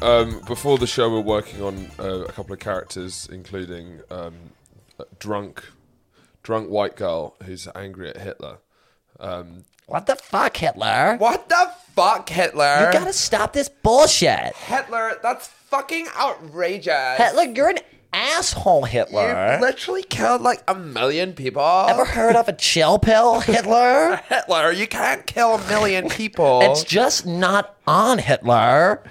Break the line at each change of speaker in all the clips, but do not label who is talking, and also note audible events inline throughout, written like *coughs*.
Um, before the show, we were working on uh, a couple of characters, including um, a drunk, drunk white girl who's angry at Hitler. Um,
What the fuck, Hitler?
What the fuck, Hitler?
You gotta stop this bullshit.
Hitler, that's fucking outrageous.
Hitler, you're an asshole, Hitler.
You literally killed like a million people.
Ever heard of a chill
*laughs*
pill, Hitler?
Hitler, you can't kill a
*laughs*
million people.
It's just not on, Hitler.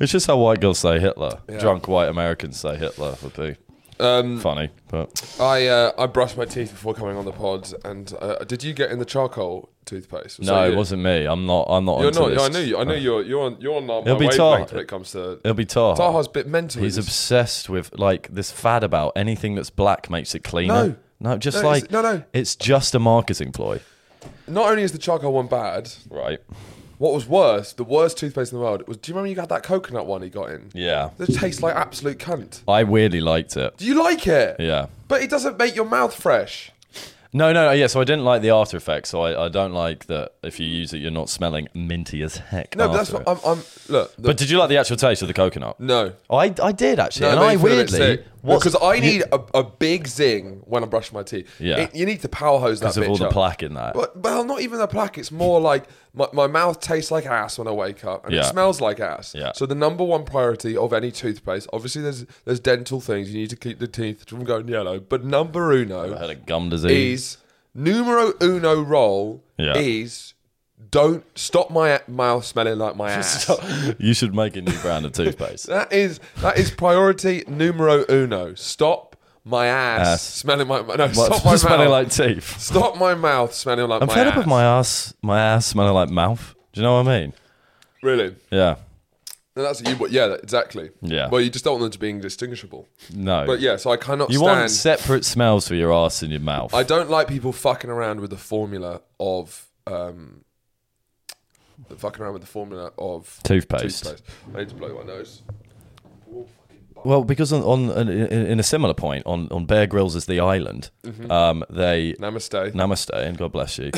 It's just how white girls say Hitler. Drunk white Americans say Hitler would be
Um,
funny, but
I uh, I brushed my teeth before coming on the pod, and uh, did you get in the charcoal toothpaste? Was
no,
that
it
you?
wasn't me. I'm not. I'm not.
Oh, You're
onto
not.
This.
I knew you. I knew you're. You're on. You're on uh, my
It'll be
wavelength
Taha.
when it comes to.
It'll be Taha.
Taha's a bit mental.
Oh, He's
just-
obsessed with like this fad about anything that's black makes it cleaner. No, just
No, it's-
like
no, no.
It's just a marketing ploy,
not only is the charcoal one bad.
right?
What was worse, the worst toothpaste in the world was. Do you remember you had that coconut one he got in?
Yeah,
That tastes like absolute cunt.
I weirdly liked it.
Do you like it?
Yeah.
But it doesn't make your mouth fresh.
No, no, no. Yeah, so I didn't like the after effects. So I, I don't like that if you use it, you're not smelling minty as heck.
No, but that's
after
what
it.
I'm. I'm look. The,
But did you like the actual taste of the coconut?
no.
I, I did actually,
No,
and
it made
I
me feel a bit
weirdly
sick.
what's-
because I
you-
need a, a big zing when I brush my teeth.
Yeah.
It- you need to power hose that
because of all
bitch
the
up.
plaque in that.
But well, not even the plaque. It's more like my, my mouth tastes like ass when I wake up, and it
Yeah.
smells like ass.
Yeah.
So the number one priority of any toothpaste, obviously, there's there's dental things you need to keep the teeth from going yellow. But number
I
uno
had a gum disease.
is numero uno roll
Yeah.
is don't stop my mouth smelling like
*laughs*
my ass.
you should make a new
*laughs*
brand of toothpaste.
That is that is priority numero uno. Stop my ass,
Ass.
smelling my no.
What's
stop my
*laughs* smelling
mouth.
like teeth?
stop my mouth smelling like
I'm
my
fed
ass.
up with my ass, my ass smelling like mouth. Do you know what I mean?
really.
Yeah.
No, that's you. But yeah, that- exactly.
Yeah.
Well, you just don't want them to be indistinguishable.
No.
But yeah, so I cannot
you
stand.
want separate smells for your ass and your mouth.
I don't like people fucking around with the formula of um, the fucking around with the formula of
Toothpaste.
toothpaste. I need to blow my nose.
Well, because on, on, on in, in a similar point on, on Bear Grylls is the island,
Mm-hmm.
um, they
Namaste.
namaste and God
*laughs*
bless you.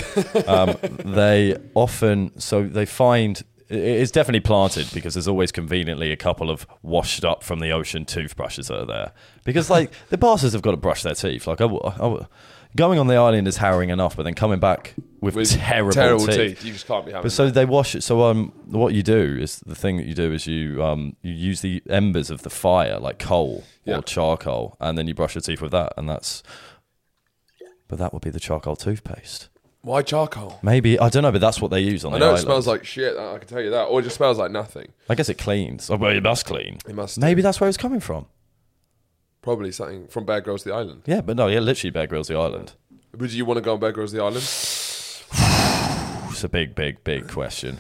um, they often so they find it- it's definitely planted because there's always conveniently a couple of washed up from the ocean toothbrushes that are there
*laughs*
because like the bastards have got to brush their teeth. Like I, w- I w- going on the island is harrowing enough, but then coming back with,
With
terrible,
terrible
teeth.
teeth. You just can't be having.
But so they wash it. So um, what you do is the thing that you do is you um, you use the embers of the fire, like coal
Yeah.
or charcoal, and then you brush your teeth with that, and that's. But that would be the charcoal toothpaste.
Why charcoal?
Maybe I don't know, but that's what they use on
I
the
know it
island.
smells like shit. I I can tell you that. Or it just smells like nothing.
I guess it cleans. Oh, well, it must clean.
It must
Maybe that's where it's coming from.
probably something from Bear Girls the Island.
Yeah, but no, yeah, literally Bear Grylls the island.
Would you want to go on Bear Girls the Island?
It's a big, big, big question.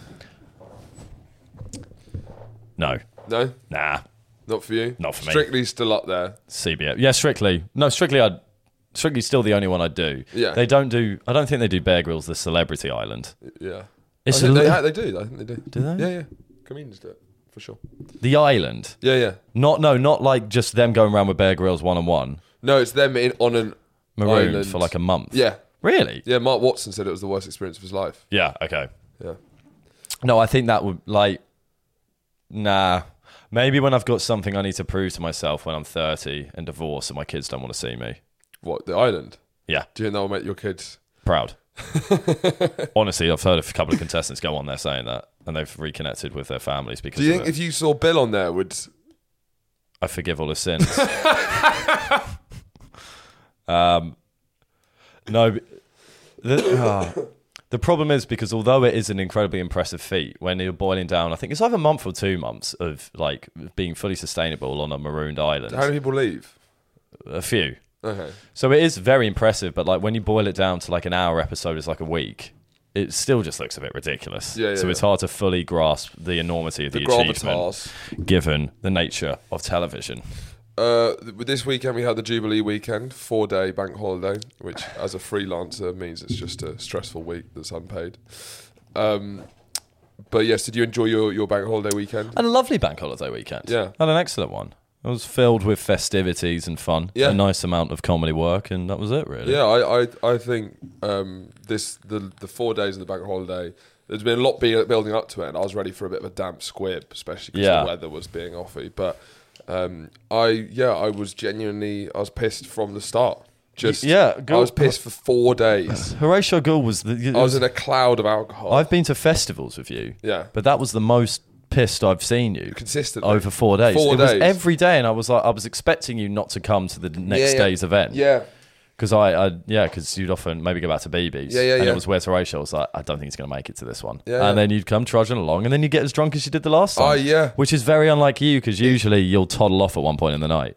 No,
No,
nah,
not for you.
Not for me.
Strictly still up there.
CBS. Yeah, Strictly. No, Strictly. I Strictly's still the only one I do.
Yeah.
They don't do. I don't think they do Bear Grylls, the Celebrity Island.
Yeah.
It's
I think
a
they,
li-
yeah, they do. I think they do. Do
they?
Yeah, yeah. Comedians do it for sure.
The island.
Yeah, yeah.
Not no, not like just them going around with Bear Grylls one on one,
No, it's them in on an
marooned
island
for like a month.
Yeah,
Really?
yeah. Mark Watson said it was the worst experience of his life.
Yeah. Okay.
Yeah.
No, I think that would like. Nah. Maybe when I've got something I need to prove to myself when I'm 30 and divorced and my kids don't want to see me.
What the island?
Yeah.
Do you think that will make your kids?
Proud. *laughs* Honestly, I've heard of a couple of contestants go on there saying that, and they've reconnected with their families because.
Do you
of
think
it.
if you saw Bill on there, would
I forgive all his sins.
*laughs*
um, no, b- the, ah. the problem is because although it is an incredibly impressive feat, when you're boiling down, I think it's either a month or two months of like being fully sustainable on a marooned island.
how many people leave?
a few.
Okay.
So it is very impressive, but like when you boil it down to like an hour episode is like a week. It still just looks a bit ridiculous.
Yeah, yeah,
so it's
yeah.
hard to fully grasp the enormity of the, achievement,
gravitas.
given the nature of television.
Uh, th- this weekend we had the Jubilee weekend, four-day bank holiday,
*sighs*
which, as a freelancer, means it's just a stressful week that's unpaid. Um, but yes, did you enjoy your, your bank holiday weekend?
And a lovely bank holiday weekend.
Yeah.
And an excellent one. It was filled with festivities and fun.
Yeah.
A nice amount of comedy work, and that was it, really.
Yeah, I I, I think um, this the the four days of the bank holiday There's been a lot be- building up to it, and I was ready for a bit of a damp squib, especially because
Yeah.
the weather was being offy. But um, I, yeah, I was genuinely, I was pissed from the start. Just
yeah,
I
go-
was pissed for four
*laughs*
days.
Horatio Gould was the.
I was in a cloud of alcohol.
I've been to festivals with you.
Yeah.
But that was the most pissed I've seen you
Consistently.
over four days.
Four
it was
days.
every day, and I was like, I was expecting you not to come to the next
yeah.
day's event.
yeah,
Because I, I, yeah, because you'd often maybe go back to BB's.
Yeah, yeah,
And
yeah.
it was where Horatio was like, I don't think he's going to make it to this one.
Yeah,
and
yeah.
then you'd come trudging along, and then you'd get as drunk as you did the last time.
Oh, yeah.
Which is very unlike you, because usually you'll toddle off at one point in the night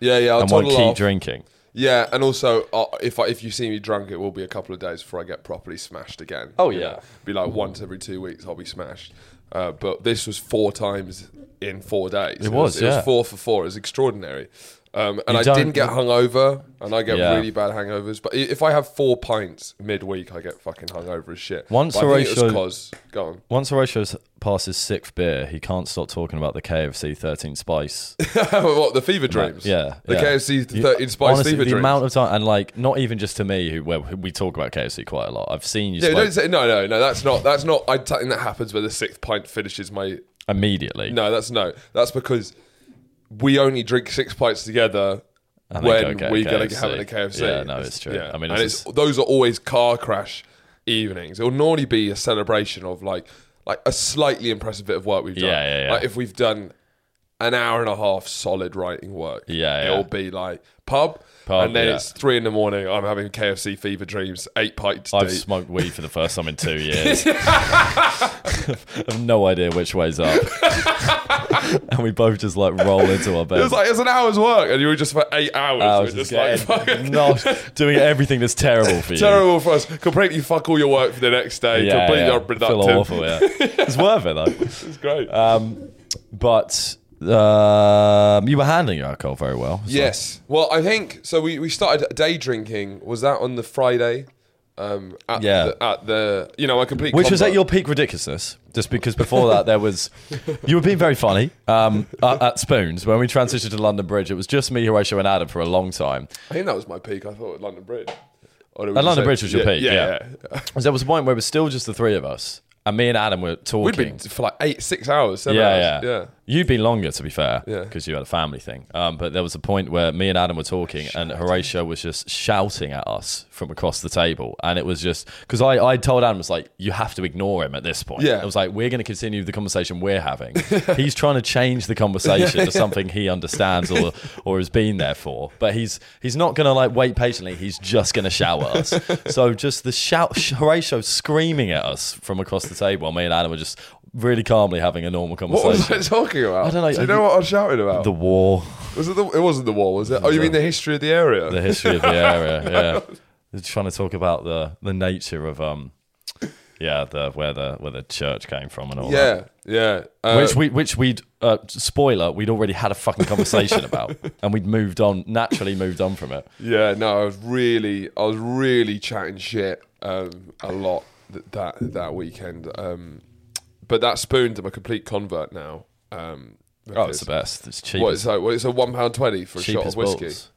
yeah, yeah. I'll
and won't
toddle
keep
off.
drinking.
Yeah, and also uh, if I, if you see me drunk, it will be a couple of days before I get properly smashed again.
Oh,
You
yeah.
know, be like once every two weeks I'll be smashed. Uh, but this was four times in four days. It,
was,
it
yeah.
was four for four. It was extraordinary. Um, and
You
I
don't-
didn't get hungover, and I get
Yeah.
really bad hangovers. But i- if I have four pints midweek, I get fucking hungover as shit.
Once
but I think it
Horatio-
was 'cause- go on. *laughs*
Once Horatio passes sixth beer, he can't stop talking about the KFC
*laughs*
13 Spice
what the fever dreams?
Yeah,
the
yeah.
KFC
You-
thirteen spice
honestly,
fever
the
dreams.
amount of time, and like not even just to me, who well, who- we talk about KFC quite a lot. I've seen you
yeah,
spoke
don't say no, no, no. That's not. That's not. I think that happens where the sixth pint finishes my
immediately.
No, that's no. That's because we only drink six pints together
And then
when
go get a
we gonna
KFC.
have it at KFC.
Yeah, no, it's true. I mean,
and
it's
it's, those are always car crash evenings. It'll normally be a celebration of like like a slightly impressive bit of work we've done.
Yeah, yeah, yeah.
Like if we've done an hour and a half solid writing work,
Yeah, yeah.
it'll be like pub.
Pub,
and then
yeah.
it's three in the morning. I'm having KFC fever dreams, eight pints
I've
deep.
smoked weed for the first time
*laughs*
in two years. *laughs* I've no idea which way's up, *laughs* and we both just like roll into our
It
beds.
was like it's an hour's work, and you were just for eight hours.
I
We're
was just
just like, *laughs*
getting- *laughs* not doing everything that's terrible for you.
terrible for us. Completely fuck all your work for the next day.
Yeah,
completely
yeah.
unproductive.
Feel awful. Yeah,
*laughs*
it's worth it though.
It's great.
Um, but um, you were handling your alcohol very well. So-
yes. Well, I think so. We, we started day drinking. Was that on the Friday? Um, at
Yeah.
The, at the you know a complete
Which was
combo.
at your peak ridiculousness, just because before that there was, you were being very funny um, at, at Spoons. When we transitioned to London Bridge, it was just me, Horatio, and Adam for a long time.
I think that was my peak. I thought at London Bridge. Or did we
At
just
London
say-
Bridge was your peak, yeah.
yeah. *laughs*
'Cause There was a point where it was still just the three of us, and me and Adam were talking.
We'd been for like eight, six hours, seven
yeah,
hours.
yeah, You'd been longer, to be fair,
Yeah.
because you had a family thing. Um, but there was a point where me and Adam were talking, and Horatio was just shouting at us from across the table, and it was just because I, I told Adam was like, you have to ignore him at this point.
Yeah.
it was like we're going to continue the conversation
*laughs*
we're having. he's trying to change the conversation to something he understands or or has been there for, but he's he's not going to like wait patiently. He's just going to shout at
*laughs*
us. so just the shout, Horatio screaming at us from across the table, and me and Adam were just. Really calmly having a normal conversation.
What was I talking about?
I don't know.
Do you know what I was shouting about?
The war,
was it the, it wasn't the war, was it? Oh, you mean the history of the area?
the history
*laughs*
of the area. Yeah, They're trying to talk about the the nature of um, yeah, the where the where the church came from and all that.
yeah, yeah. Uh,
Which we, which we'd uh, spoiler, we'd already had a fucking
*laughs*
conversation about, and we'd moved on naturally, moved on from it.
Yeah, no, I was really, I was really chatting shit um, a lot th- that that weekend. Um, but that spooned, I'm a complete convert now. Um,
Oh,
because-
it's the best. It's cheap.
What
As,
is that? Well, it's a one pound twenty for a
cheap
shot
as
of whiskey.
balls.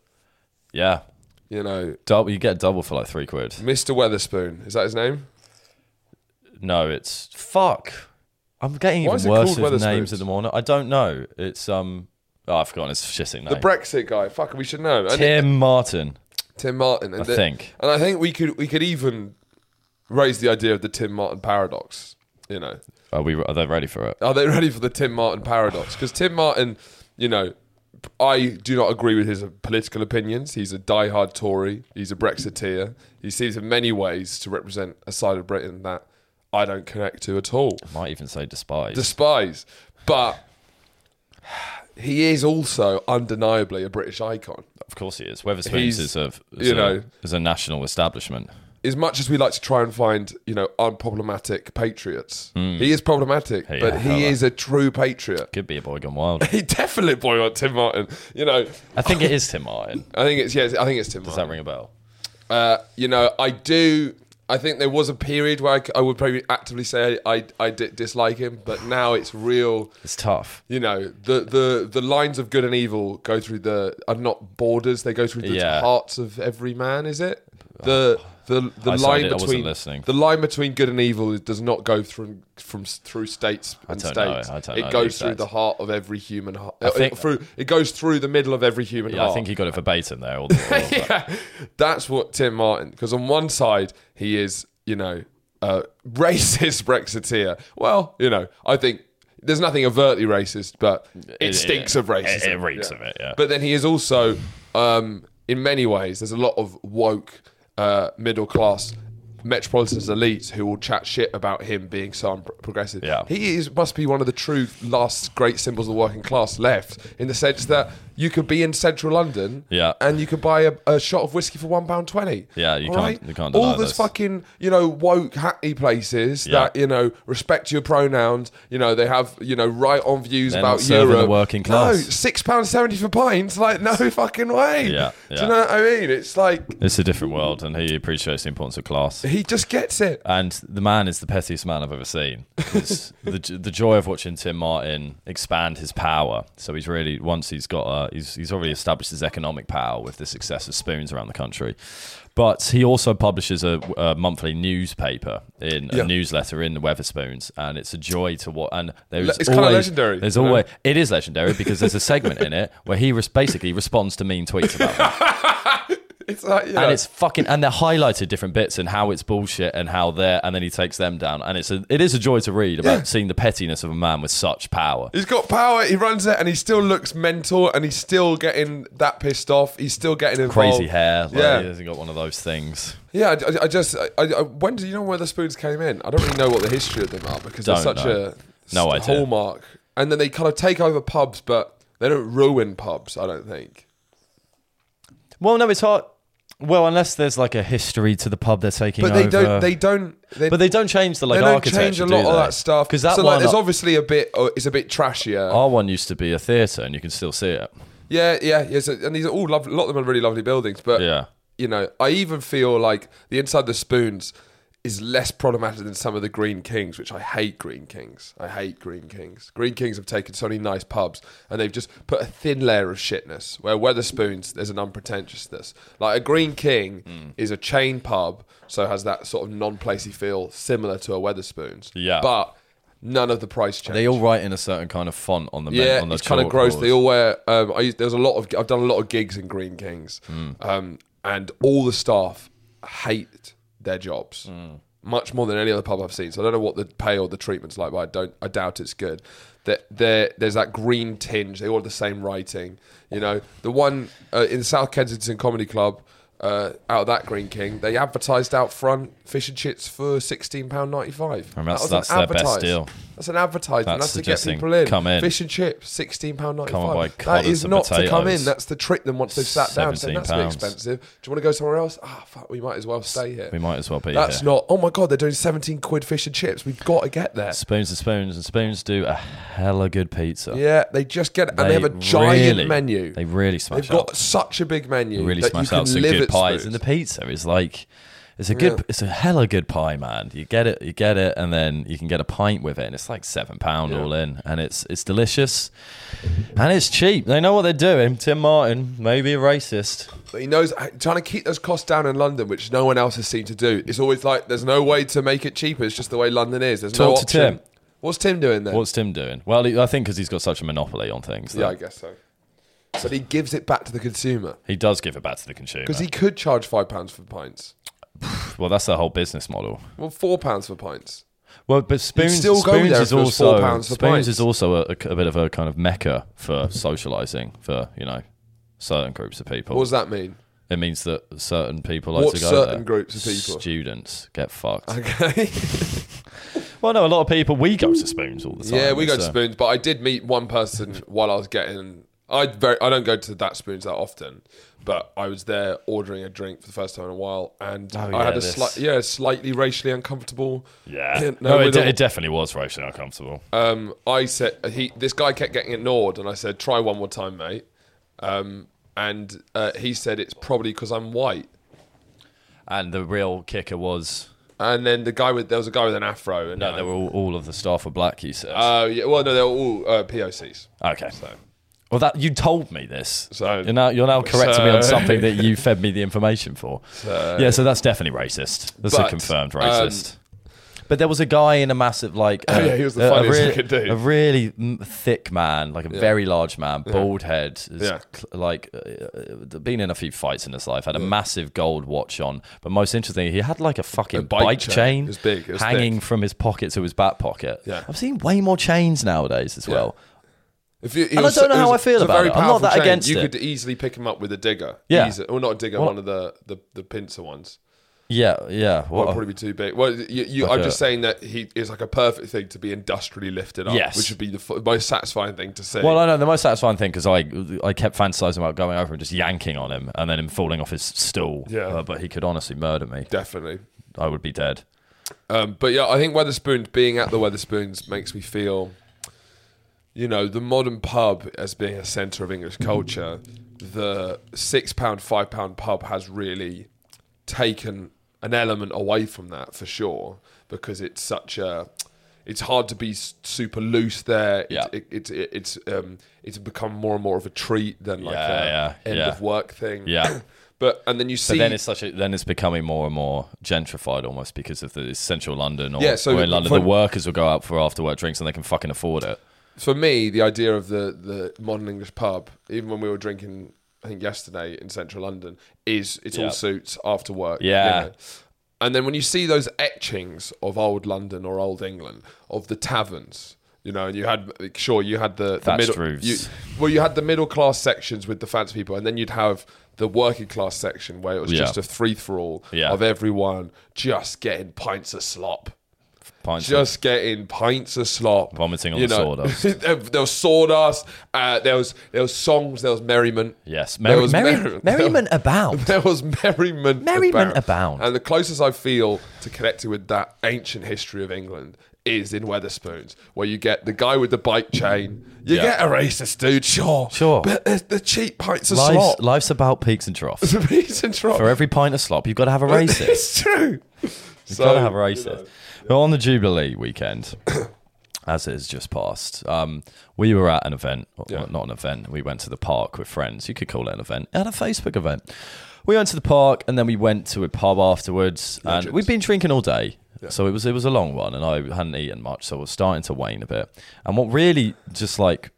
Yeah,
You know,
double. You get double for like three quid.
Mr. Weatherspoon is that his name?
No, it's fuck. I'm getting
Why
even
is it
worse
called
with names
Wetherspoons?
in the morning. I don't know. It's um. Oh, I've forgotten his shitting name.
The Brexit guy. Fuck, we should know. And-
Tim Martin.
Tim Martin. And
I
the-
think.
and I think we could we could even raise the idea of the Tim Martin paradox. You know,
Are we? Are they ready for it?
Are they ready for the Tim Martin paradox? Because Tim Martin, you know, I do not agree with his political opinions. He's a diehard Tory. He's a Brexiteer. He seems in many ways to represent a side of Britain that I don't connect to at all,
Might even say despise.
despise. But he is also undeniably a British icon.
of course he is. Weatherspoons
He's-
is a is
you
a,
know-
is a national establishment.
As much as we like to try and find, you know, unproblematic patriots, he is problematic,
Hey,
but he
however.
is a true patriot. *laughs*
Could be a boy gone wild.
He definitely boy on Tim Martin. You know,
I think it is Tim Martin.
I think it's yes. I think it's Tim.
Does
Martin.
that ring a bell?
Uh, you know, I do. I think there was a period where I, c- I would probably actively say I, I, did dislike him, but now it's real.
It's tough.
You know, the, the, the lines of good and evil go through the are not borders; they go through the
Yeah. Uh,
hearts of every man. Is it? the the the
I signed
line
it, I wasn't
between
listening.
the line between good and evil is- does not go through from through states and
don't know,
states.
I don't
it
know the
goes through
exact-
the heart of every human heart. uh,
think-
it, through it goes through the middle of every human
Yeah,
heart.
I think he got it verbatim there. All the,
*laughs*
all of that.
yeah, that's what Tim Martin. Because on one side he is, you know, a racist *laughs* Brexiteer. Well, you know, I think there's nothing overtly racist, but it,
It-
stinks
it-
of racism.
it- it reeks of it, yeah.
But then he is also, um, in many ways, there's a lot of woke, uh, middle class. Metropolitan elites who will chat shit about him being so un- progressive.
Yeah.
He is, must be one of the true last great symbols of the working class left in the sense that you could be in central London
Yeah.
and you could buy a, a shot of whiskey for one pound twenty.
Yeah, you
All
can't-
right?
you can't
All
deny
those
this.
fucking you know woke happy places
Yeah.
that you know respect your pronouns. You know they have you know right on views
They're
about
not serving the
Europe.
working
No,
class.
six pounds seventy for pints. Like
*laughs*
no fucking way.
Yeah,
Do
yeah.
you know what I mean? It's like
It's a different world, and he appreciates the importance of class.
he just gets it.
And the man is the pettiest man I've ever seen.
*laughs*
It's the the joy of watching Tim Martin expand his power. So he's really once he's got uh, he's he's already established his economic power with the success of spoons around the country. But he also publishes a, a monthly newspaper in
Yeah.
a newsletter in the Weatherspoons, and it's a joy to what. And there's
It's
always
kinda legendary,
There's
you know?
always it is legendary because there's a segment in it where he res- basically responds to mean tweets about them
It's like you know,
and it's fucking and they're highlighted different bits and how it's bullshit and how they're and then he takes them down and it's a, it is a joy to read about
Yeah.
seeing the pettiness of a man with such power
He's got power. He runs it, and he still looks mental, and he's still getting that pissed off. He's still getting involved.
crazy hair like,
Yeah.
he hasn't got one of those things
Yeah, I- I, I just I, I, when do you know where the spoons came in? I don't really know what the history of them are because they're
Don't
such
know.
a
No
s-
idea.
hallmark, and then they kind of take over pubs, but they don't ruin pubs. I don't think.
well no it's hard well unless there's like a history to the pub they're taking
But they don't. They don't. They,
but they don't change the like
they don't
architecture
change a lot
do
of
they?
that stuff.
'Cause that
so like,
one Oh.
there's obviously a bit. Oh, it's a bit trashier.
our one used to be a theater and you can still see it
Yeah, yeah, yeah. So, and these are all lovely. A lot of them are really lovely buildings, but
Yeah.
you know, I even feel like the inside the spoons is less problematic than some of the Green Kings, which I hate. Green Kings, I hate Green Kings. Green Kings have taken so many nice pubs, and they've just put a thin layer of shitness. Where Weatherspoons, there's an unpretentiousness. Like a Green King is a chain pub, so has that sort of non-placey feel, similar to a Weatherspoons.
Yeah.
but none of the price change.
they all write in a certain kind of font on the men-
Yeah,
on the
it's kind of
chalkboards.
gross. They all wear. Um, I used, there was a lot of. I've done a lot of gigs in Green Kings,
Hmm.
um, and all the staff hate their jobs
Hmm.
much more than any other pub I've seen. So I don't know what the pay or the treatment's like, but I don't. I doubt it's good. That there, there's that green tinge. They all have the same writing. You know, the one uh, in South Kensington Comedy Club. Uh, out of that Green King, they advertised out front fish and chips for sixteen pound ninety five.
And that's- that's their best deal.
That's an advertisement. That's,
That's
to get
suggesting
people in.
come in.
Fish and chips, sixteen pound ninety
Come and buy
five. That
collards
is
and
not to come
potatoes.
in. That's to trick them once they've sat down. So that's a bit
£17.
expensive. Do you want to go somewhere else? Ah, fuck. We might as well stay here.
we might as well be
That's
here.
not. Oh my god, they're doing seventeen quid fish and chips. We've got to get there.
spoons and spoons and spoons do a hella good pizza
Yeah, they just get and they have a giant
really-
menu.
They
They've
really smash
got
out.
such a big menu
They really
that you
smash
can
out some
live
good
at
pies,
Spoons.
and the pizza is like. It's a good,
Yeah.
it's a hella good pie, man. You get it, you get it, and then you can get a pint with it, and it's like seven pound all in, and it's it's delicious, and it's cheap. They know what they're doing. Tim Martin, maybe a racist.
But he knows trying to keep those costs down in London, which no one else has seemed to do. It's always like there's no way to make it cheaper. It's just the way London is. There's no
Talk to
option.
Tim.
What's Tim doing there?
What's Tim doing? Well, he- I think because he's got such a monopoly on things.
Yeah,
that
I guess so. But he gives it back to the consumer
he does give it back to the consumer.
because he could charge five pounds for pints.
well, that's their whole business model.
Well, four pounds for pints.
Well, but spoons,
still go
spoons
there
is
if it was four
also
pounds for
spoons
pints.
is also a, a bit of a kind of mecca for socializing for you know certain groups of people.
What does that mean?
it means that certain people like
What
to go
certain
there.
groups of people?
Students get fucked.
*laughs* Okay.
Well, no, a lot of people we go to spoons all the
*laughs*
time.
yeah, we go to
so-
spoons, but I did meet one person while I was getting. I very I don't go to that spoons that often, but I was there ordering a drink for the first time in a while, and I had
yeah,
a
this.
slight Oh, yeah slightly racially uncomfortable.
Yeah,
*laughs* no,
no, it,
with
de-
all-
it definitely was racially uncomfortable.
um, I said he this guy kept getting ignored, and I said try one more time, mate. Um, and uh, he said it's probably because I'm white.
and the real kicker was
And then the guy with there was a guy with an afro, and
no, they were all, all of the staff were black. You said
Uh, yeah, well, no, they were all uh, POCs.
okay.
So
Well, that you told me this.
So-
you're now you're now correcting me on
so-
something that you fed me the information for. yeah, so that's definitely racist. That's a
But,
confirmed
um, Oh,
racist. but there was a guy in a massive like uh,
yeah, he was the
a- a
funniest
really-
fucking dude.
A really mm, thick man, like a very large man, bald head, is
Yeah.
cl- like uh, uh, been in a few fights in his life, had a massive gold watch on. But most interestingly, he had like a fucking
bike
bike,
chain.
chain,
It was big, it was
hanging
thick.
from his pocket to his back pocket.
Yeah.
I've seen way more chains nowadays as well.
If you,
And I don't know how I feel about it. I'm not that against
You
it.
could easily pick him up with a digger.
Yeah.
Easy- well, not a digger, one of the, the, the pincer ones.
Yeah, yeah. What
Would
a-
probably be too big. Well, you, you, I'm
a-
just saying that he is like a perfect thing to be industrially lifted up,
Yes.
which would be the f- most satisfying thing to see.
Well, I know the most satisfying thing because I I kept fantasizing about going over and just yanking on him and then him falling off his stool.
Yeah.
Uh, but he could honestly murder me.
Definitely.
I would be
*coughs*
dead.
Um, but yeah, I think Weatherspoons being at the Weatherspoons makes me feel, you know, the modern pub as being a centre of English culture. The six pound, five pound pub has really taken an element away from that for sure because it's such a. It's hard to be s- super loose there. It-
Yeah.
It, it, it, it's um, it's become more and more of a treat than like
Yeah,
a
yeah,
end
yeah.
of work thing.
Yeah.
but and then you
But
see
then it's such a, then it's becoming more and more gentrified almost because of the it's central London or,
Yeah, so
or in London
for-
the workers will go out for after work drinks and they can fucking afford it.
for me, the idea of the the modern English pub, even when we were drinking, I think yesterday in central London, is it's all
Yeah.
suits after work.
Yeah.
And then when you see those etchings of old London or old England of the taverns, you know, and you had sure you had the, the
Thatched
middle
roofs.
you- well, you had the middle class sections with the fancy people, and then you'd have the working class section where it was
Yeah.
just a free for all
Yeah.
of everyone just getting pints of slop
Pints of-
just getting pints of slop,
Vomiting on the sawdust.
*laughs* there, there was sawdust. Uh, there was there was songs. There was merriment.
yes,
There
merry,
was
merry,
merri- *laughs*
merriment abound.
There was merriment.
Merriment abound.
And the closest I feel to connecting with that ancient history of England is in Weatherspoons, where you get the guy with the bike chain. You
Yeah.
get a racist dude, sure,
Sure.
but there's the cheap pints of
Life's,
slop. *laughs*
life's about peaks and troughs.
The peas and trough.
For every pint of slop, you've got to have a racist.
*laughs* It's true.
You've got to have a racist. But on the
*coughs*
Jubilee weekend, as it has just passed, um, we were at an event, or- or not an event, we went to the park with friends. You could call it an event, at a Facebook event. We went to the park and then we went to a pub afterwards.
Legends.
And we'd been drinking all day. So it was it was a long one and I hadn't eaten much, so I was starting to wane a bit. And what really just like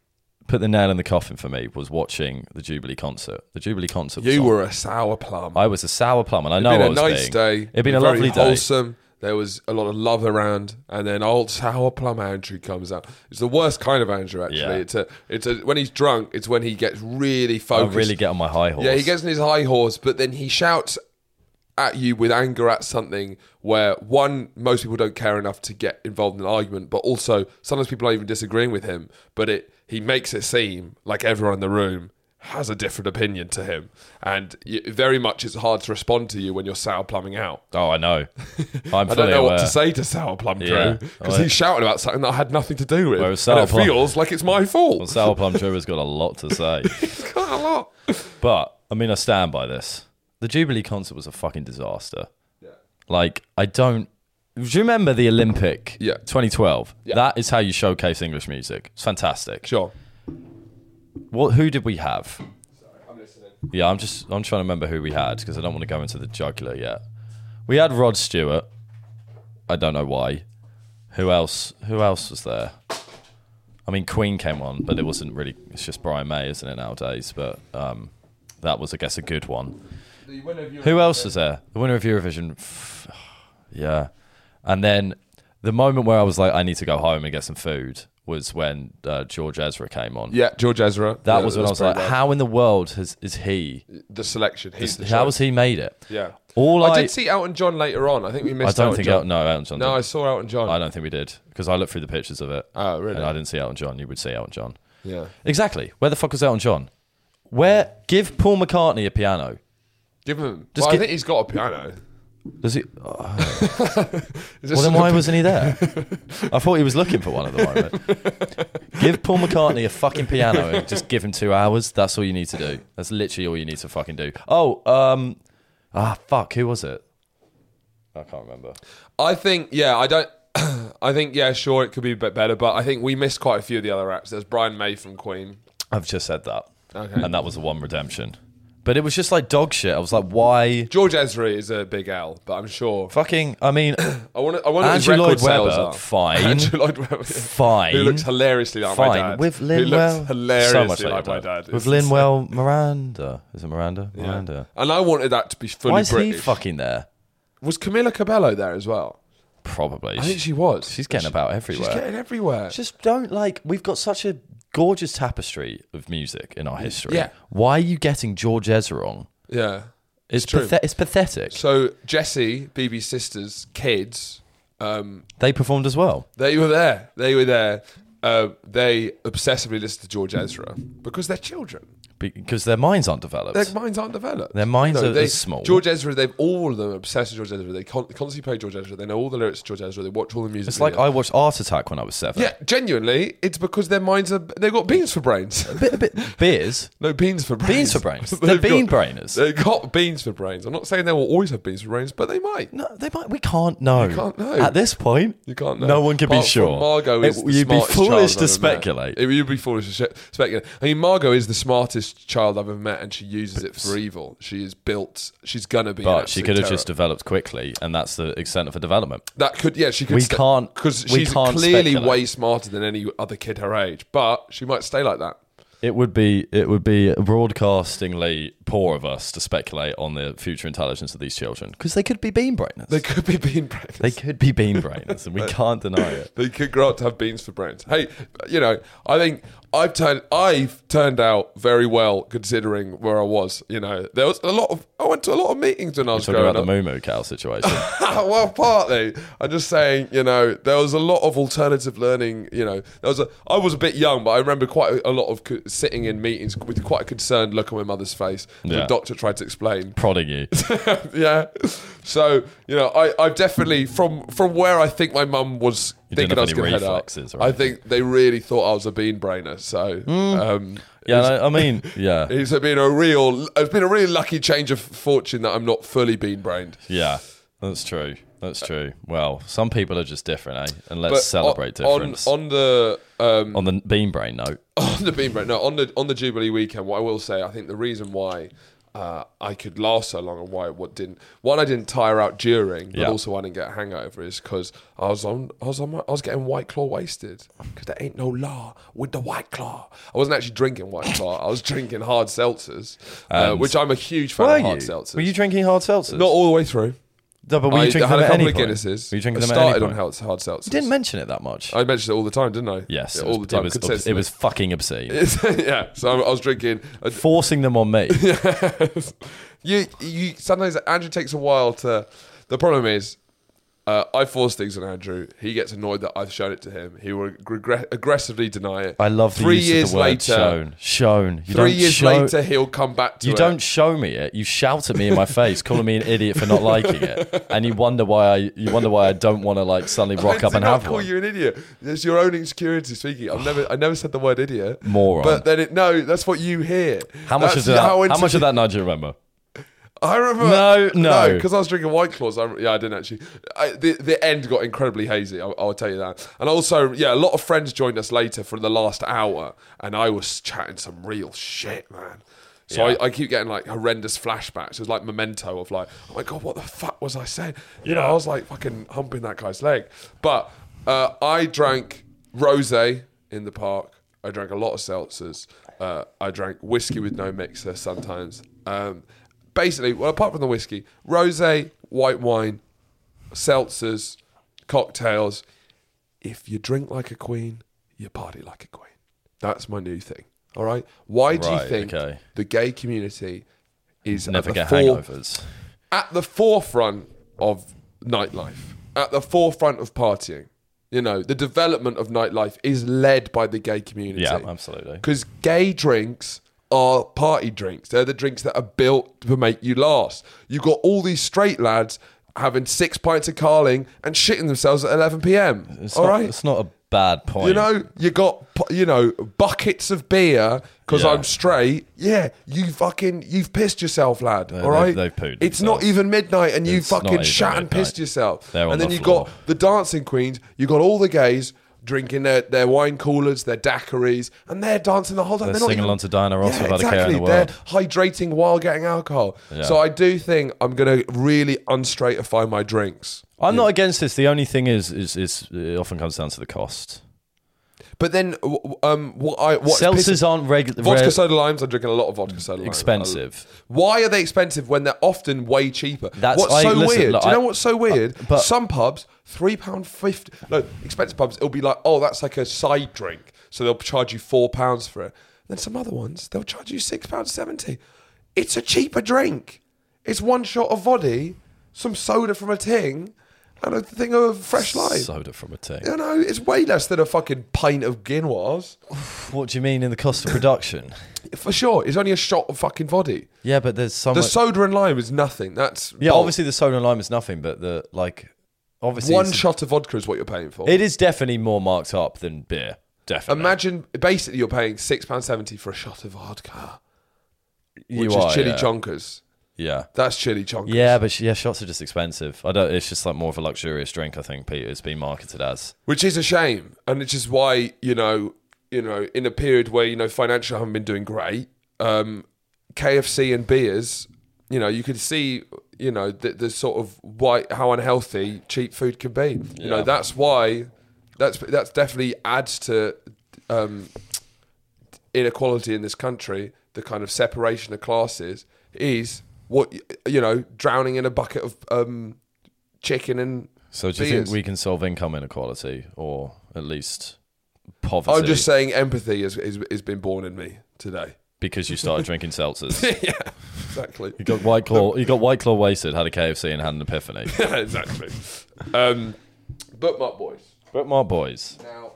put the nail in the coffin for me was watching the Jubilee concert. The Jubilee concert was
You
on.
were a sour plum.
I was a sour plum and I know
been
I
a
was
nice
being.
day.
It'd been a
very
lovely day.
Wholesome. There was a lot of love around, and then old sour plum Andrew comes out. It's the worst kind of Andrew, actually.
Yeah.
It's a, it's a, when he's drunk, it's when he gets really focused.
I Oh, really get on my high horse.
yeah, he gets on his high horse, but then he shouts at you with anger at something where one, most people don't care enough to get involved in an argument, but also sometimes people are even disagreeing with him. But it, he makes it seem like everyone in the room has a different opinion to him, and y very much it's hard to respond to you when you're sour plumbing out.
Oh,
*laughs*
I know. I'm
I don't
fully
know
aware.
what to say to Sour Plum Drew
Yeah.
because
Well,
he's shouting about something that I had nothing to do with.
Whereas
and
Sour
it
Plum-
feels like it's my fault.
Well, Sour Plum Drew has got a lot to
*laughs*
say.
It's got a lot.
but, I mean, I stand by this. The Jubilee concert was a fucking disaster. Like, I don't. Do you remember the Olympic
Yeah.
2012? That is how you showcase English music. It's fantastic.
Sure.
What, who did we have? Yeah, I'm just I'm trying to remember who we had because I don't want to go into the jugular yet. We had Rod Stewart. I don't know why. Who else? Who else was there? I mean, Queen came on, but it wasn't really. It's just Brian May, isn't it nowadays? But um, that was, I guess, a good one. Who else was there? The winner of Eurovision. F- *sighs* Yeah, and then the moment where I was like, I need to go home and get some food was when uh, George Ezra came on.
Yeah, George Ezra.
That
Yeah,
was when I
that's
was like,
pretty
how in the world has is he?
bad. the selection. He's the
How
show.
has he made it?
Yeah.
All
I,
I,
did see Elton John later on. I think we
I
missed.
don't
Elton
think
John.
Elton, no Elton John.
No, I
didn't.
saw Elton John.
I, don't think we did because I looked through the pictures of it.
Oh, really?
And I didn't see Elton John. You would see Elton John.
Yeah.
Exactly. Where the fuck was Elton John? Where? Give Paul McCartney a piano.
Give him.
Just
well, I
get-
think he's got a piano.
Does
*laughs*
he? oh,
Is
well,
this
then why wasn't
*laughs*
he there? I thought he was looking for one at the moment. give Paul McCartney a fucking piano and just give him two hours. That's all you need to do. That's literally all you need to fucking do. Oh, um, ah, fuck. Who was it? I can't remember.
I think. Yeah. I don't. *clears throat* I think. Yeah. Sure. It could be a bit better, but I think we missed quite a few of the other acts. There's Brian May from Queen.
I've just said that.
Okay.
And that was the one redemption. But it was just like dog shit. I was like, why?
George Ezra is a big L, but I'm sure.
Fucking,
*coughs*
I mean,
I want to. I want to.
Andrew
record
Lloyd
sales
Webber,
are. *laughs*
fine.
Andrew Lloyd Webber,
Fine.
Who looks hilariously like my
*coughs* fine.
dad.
With
who
Lin
looks
Well,
hilariously
so much
like my dad.
With
It's
Lin
insane.
Well Miranda, is it Miranda?
Yeah.
Miranda.
And I wanted that to be fully
Why is
British.
he fucking there?
was Camilla Cabello there as well?
Probably.
I think she was.
She's getting about everywhere.
She's getting everywhere.
Just don't like. We've got such a gorgeous tapestry of music in our history.
Yeah.
Why are you getting George Ezra wrong?
yeah.
It's,
true.
pathet- it's pathetic.
So Jesse, BB's sisters, kids, um,
They performed as well.
they were there. They were there. Uh, they obsessively listened to George Ezra because they're children.
because their minds aren't developed.
Their minds aren't developed.
Their minds are-
they,
are small.
George Ezra, they've all of them obsessed with George Ezra. They con- constantly play George Ezra. They know all the lyrics to George Ezra. They watch all the music.
it's like
videos.
I watched Art Attack when I was seven.
yeah, genuinely, it's because their minds are they've got beans for
*laughs*
brains.
Beers.
no beans for brains.
Beans for
*laughs*
brains.
They've
They're bean
got-
brainers.
They've got beans for brains. I'm not saying they will always have beans for brains, but they might.
No, they might. We can't know.
You can't know.
At this point,
You can't know.
No one can
Apart
be
from
sure.
Margot is
It-
the
you'd be
smartest child
foolish
I've
to
ever
speculate.
Met. It- You'd be foolish to sh- speculate. I mean, Margot is the smartest child I've ever met, and she uses it for evil. She is built. She's gonna be. an
but she
absolute
could have
terror.
just developed quickly, and that's the extent of her development.
That could, yeah, she could.
We can't-
because
we
she's
can't
clearly
speculate.
way smarter than any other kid her age. But she might stay like that.
It would be it would be broadcastingly poor of us to speculate on the future intelligence of these children because they could be bean brainers.
They could be bean brains.
They could be bean
*laughs*
brainers, and we can't deny it.
They could grow up to have beans for brains. Hey, you know, I think I've turned I've turned out very well considering where I was. You know, there was a lot of I went to a lot of meetings when I was
Talking
growing
about
up.
the Moo Moo
*laughs*
Cow situation.
well, partly. I'm just saying, you know, there was a lot of alternative learning. You know, there was a. I was a bit young, but I remember quite a, a lot of co- sitting in meetings with quite a concerned look on my mother's face. as
Yeah.
The doctor tried to explain. *laughs*
prodding you.
yeah. So you know, I I definitely from from where I think my mum was
didn't
thinking I
have
was
any
going to head up.
reflexes or
I
anything. Hmm.
think they really thought I was a bean brainer. So um,
Yeah, I, I mean, yeah,
*laughs* it's been a real it's been a really lucky change of fortune that I'm not fully bean brained.
yeah. That's true. That's true. Well, some people are just different, eh? And
Uh,
let's
But
celebrate
on,
difference. On,
on Oh, on the um,
the bean brain note,
on the bean break. No, on the on the Jubilee weekend. What I will say, I think the reason why uh, I could last so long and why what didn't one I didn't tire out during, but
Yeah.
also I didn't get a hangover is because I was on I was on my, I was getting White Claw wasted because there ain't no law with the White Claw. I wasn't actually drinking White Claw. I was drinking hard seltzers, uh, which I'm a huge fan
were
of
you?
hard seltzers.
Were you drinking hard seltzers?
not all the way through.
no, but were you
I,
drinking
I had a
them at
couple
any
of
point?
Guinnesses.
Were you drinking
I
them at any
started on
point?
hard, hard seltzers.
You didn't mention it that much.
I mentioned it all the time, didn't I?
yes,
Yeah,
it
all
was-
the time.
It was, obs-
consistently.
it was fucking obscene.
*laughs* yeah, so I, I was drinking a,
Forcing them
*laughs*
on me.
you you sometimes Andrew takes a while to. The problem is, uh, I force things on Andrew. He gets annoyed that I've shown it to him. He will regre- aggressively deny it.
I love the
three
use
years
of the word
later.
shown. Shown.
Three
You don't
years
show-
later, he'll come back to
You
it.
don't show me it. You shout at me in my face, calling me an idiot for not liking
*laughs*
it, and you wonder why I you wonder why I don't want to like suddenly rock
I
up
did
and
not
have
call
one.
you an idiot. It's your own insecurity speaking. I've never, I never said the word idiot.
*sighs* Moron.
But then it no, that's what you hear.
How much
That's
of that? How,
insecure-
much of that night do you remember?
I remember.
No, no.
because I was drinking White Claws. I, yeah, I didn't actually. I, the the end got incredibly hazy. I, I'll tell you that. And also, yeah, a lot of friends joined us later for the last hour, and I was chatting some real shit, man. So
Yeah.
I, I keep getting like horrendous flashbacks. It was like memento of like, oh my god, what the fuck was I saying? You know, I was like fucking humping that guy's leg. But uh, I drank rosé in the park. I drank a lot of seltzers. Uh, I drank whiskey with no mixer sometimes. Um, basically, well, apart from the whiskey, rosé, white wine, seltzers, cocktails. If you drink like a queen, you party like a queen. That's my new thing. All right. Why do
Right,
you think
okay.
the gay community is at
Never
the
get
fore-
hangovers.
at the forefront of nightlife, at the forefront of partying. You know, the development of nightlife is led by the gay community.
Yeah, absolutely.
Because gay drinks are party drinks. They're the drinks that are built to make you last. You've got all these straight lads having six pints of carling and shitting themselves at 11 p.m.
It's
all
not,
right?
It's not a bad point.
You know, you got pu- you know buckets of beer because
Yeah.
I'm straight. Yeah, you fucking you've pissed yourself, lad. all
they've-
right,
they've pooed
It's not
themselves.
even midnight, and you
It's not
fucking
even
shat and
midnight.
pissed yourself.
They're on
and then
the
you
floor.
got the dancing queens. You got all the gays drinking their, their wine coolers, their daiquiris, and they're dancing the whole time.
They're
not
singing
even-
along to Diana Ross
Yeah,
without a care in the
They're
world.
hydrating while getting alcohol. So I do think I'm going to really unstratify my drinks.
I'm not against this. The only thing is, is, is it often comes down to the cost.
But then, w- w- um, what I what's
Seltzers
pissing-
aren't regular.
vodka soda limes. I'm drinking a lot of vodka soda limes.
Expensive.
Why are they expensive when they're often way cheaper?
That's-
what's
I-
so
listen,
weird.
look,
Do you know
I- uh,
what's so weird?
but-
Some pubs three pound fifty. No, expensive pubs. It'll be like, oh, that's like a side drink, so they'll charge you four pounds for it. Then some other ones they'll charge you six pounds seventy. It's a cheaper drink. It's one shot of vodka, some soda from a ting, and a thing of fresh lime.
Soda from a tank.
you know, it's way less than a fucking pint of Guinness.
What do you mean in the cost
*laughs*
of production?
For sure, it's only a shot of fucking vodka.
yeah, but there's so
The
much.
soda and lime is nothing. That's
yeah,
bulk.
obviously the soda and lime is nothing, but the like, obviously
one
it's-
shot of vodka is what you're paying for.
It is definitely more marked up than beer. Definitely,
Imagine basically you're paying six pound seventy for a shot of vodka,
You
which
are,
is chili
yeah.
chonkers.
Yeah.
That's chili chonkers.
Yeah, but sh- yeah, shots are just expensive. I don't. It's just like more of a luxurious drink. I think Peter it's been marketed as.
which is a shame, and it's just why you know, you know, in a period where you know financially I haven't been doing great, um, KFC and beers, you know, you could see, you know, the, the sort of why how unhealthy cheap food can be. You know,
Yeah.
that's why, that's that's definitely adds to um, inequality in this country, the kind of separation of classes is what you know, drowning in a bucket of um, chicken and.
So do you
beers.
think we can solve income inequality or at least poverty?
I'm just saying empathy has, has, has been born in me today.
*laughs* because you started drinking seltzers.
*laughs* yeah, *laughs* exactly.
You got white claw. You got white claw wasted. Had a KFC and had an epiphany.
*laughs* exactly. Um, bookmark boys.
Bookmark boys.
Now,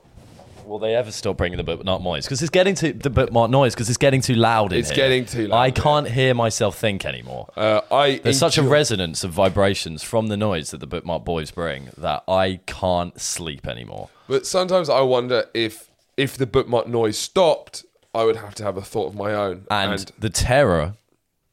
Will they ever stop bringing the bookmark noise? Because it's getting too the bookmark noise. Because it's getting too loud in
It's
here.
getting too loud,
I
yeah.
can't hear myself think anymore.
uh, I
There's such a
enjoy-
resonance of vibrations from the noise that the bookmark boys bring that I can't sleep anymore.
but sometimes I wonder if if the bookmark noise stopped, I would have to have a thought of my own.
and, the terror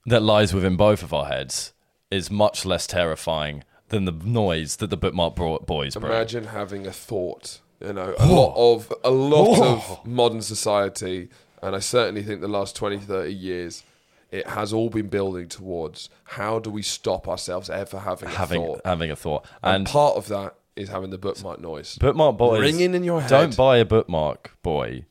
that lies within both of our heads is much less terrifying than the noise that the bookmark bro- boys bring.
imagine having a thought. You know, a lot of a lot of modern society, and I certainly think the last 20, 30 years. It has all been building towards how do we stop ourselves ever having a
having
thought?
having a thought
And
and
part of that is having the bookmark noise.
bookmark boys
Ringing in your head.
Don't buy a bookmark boy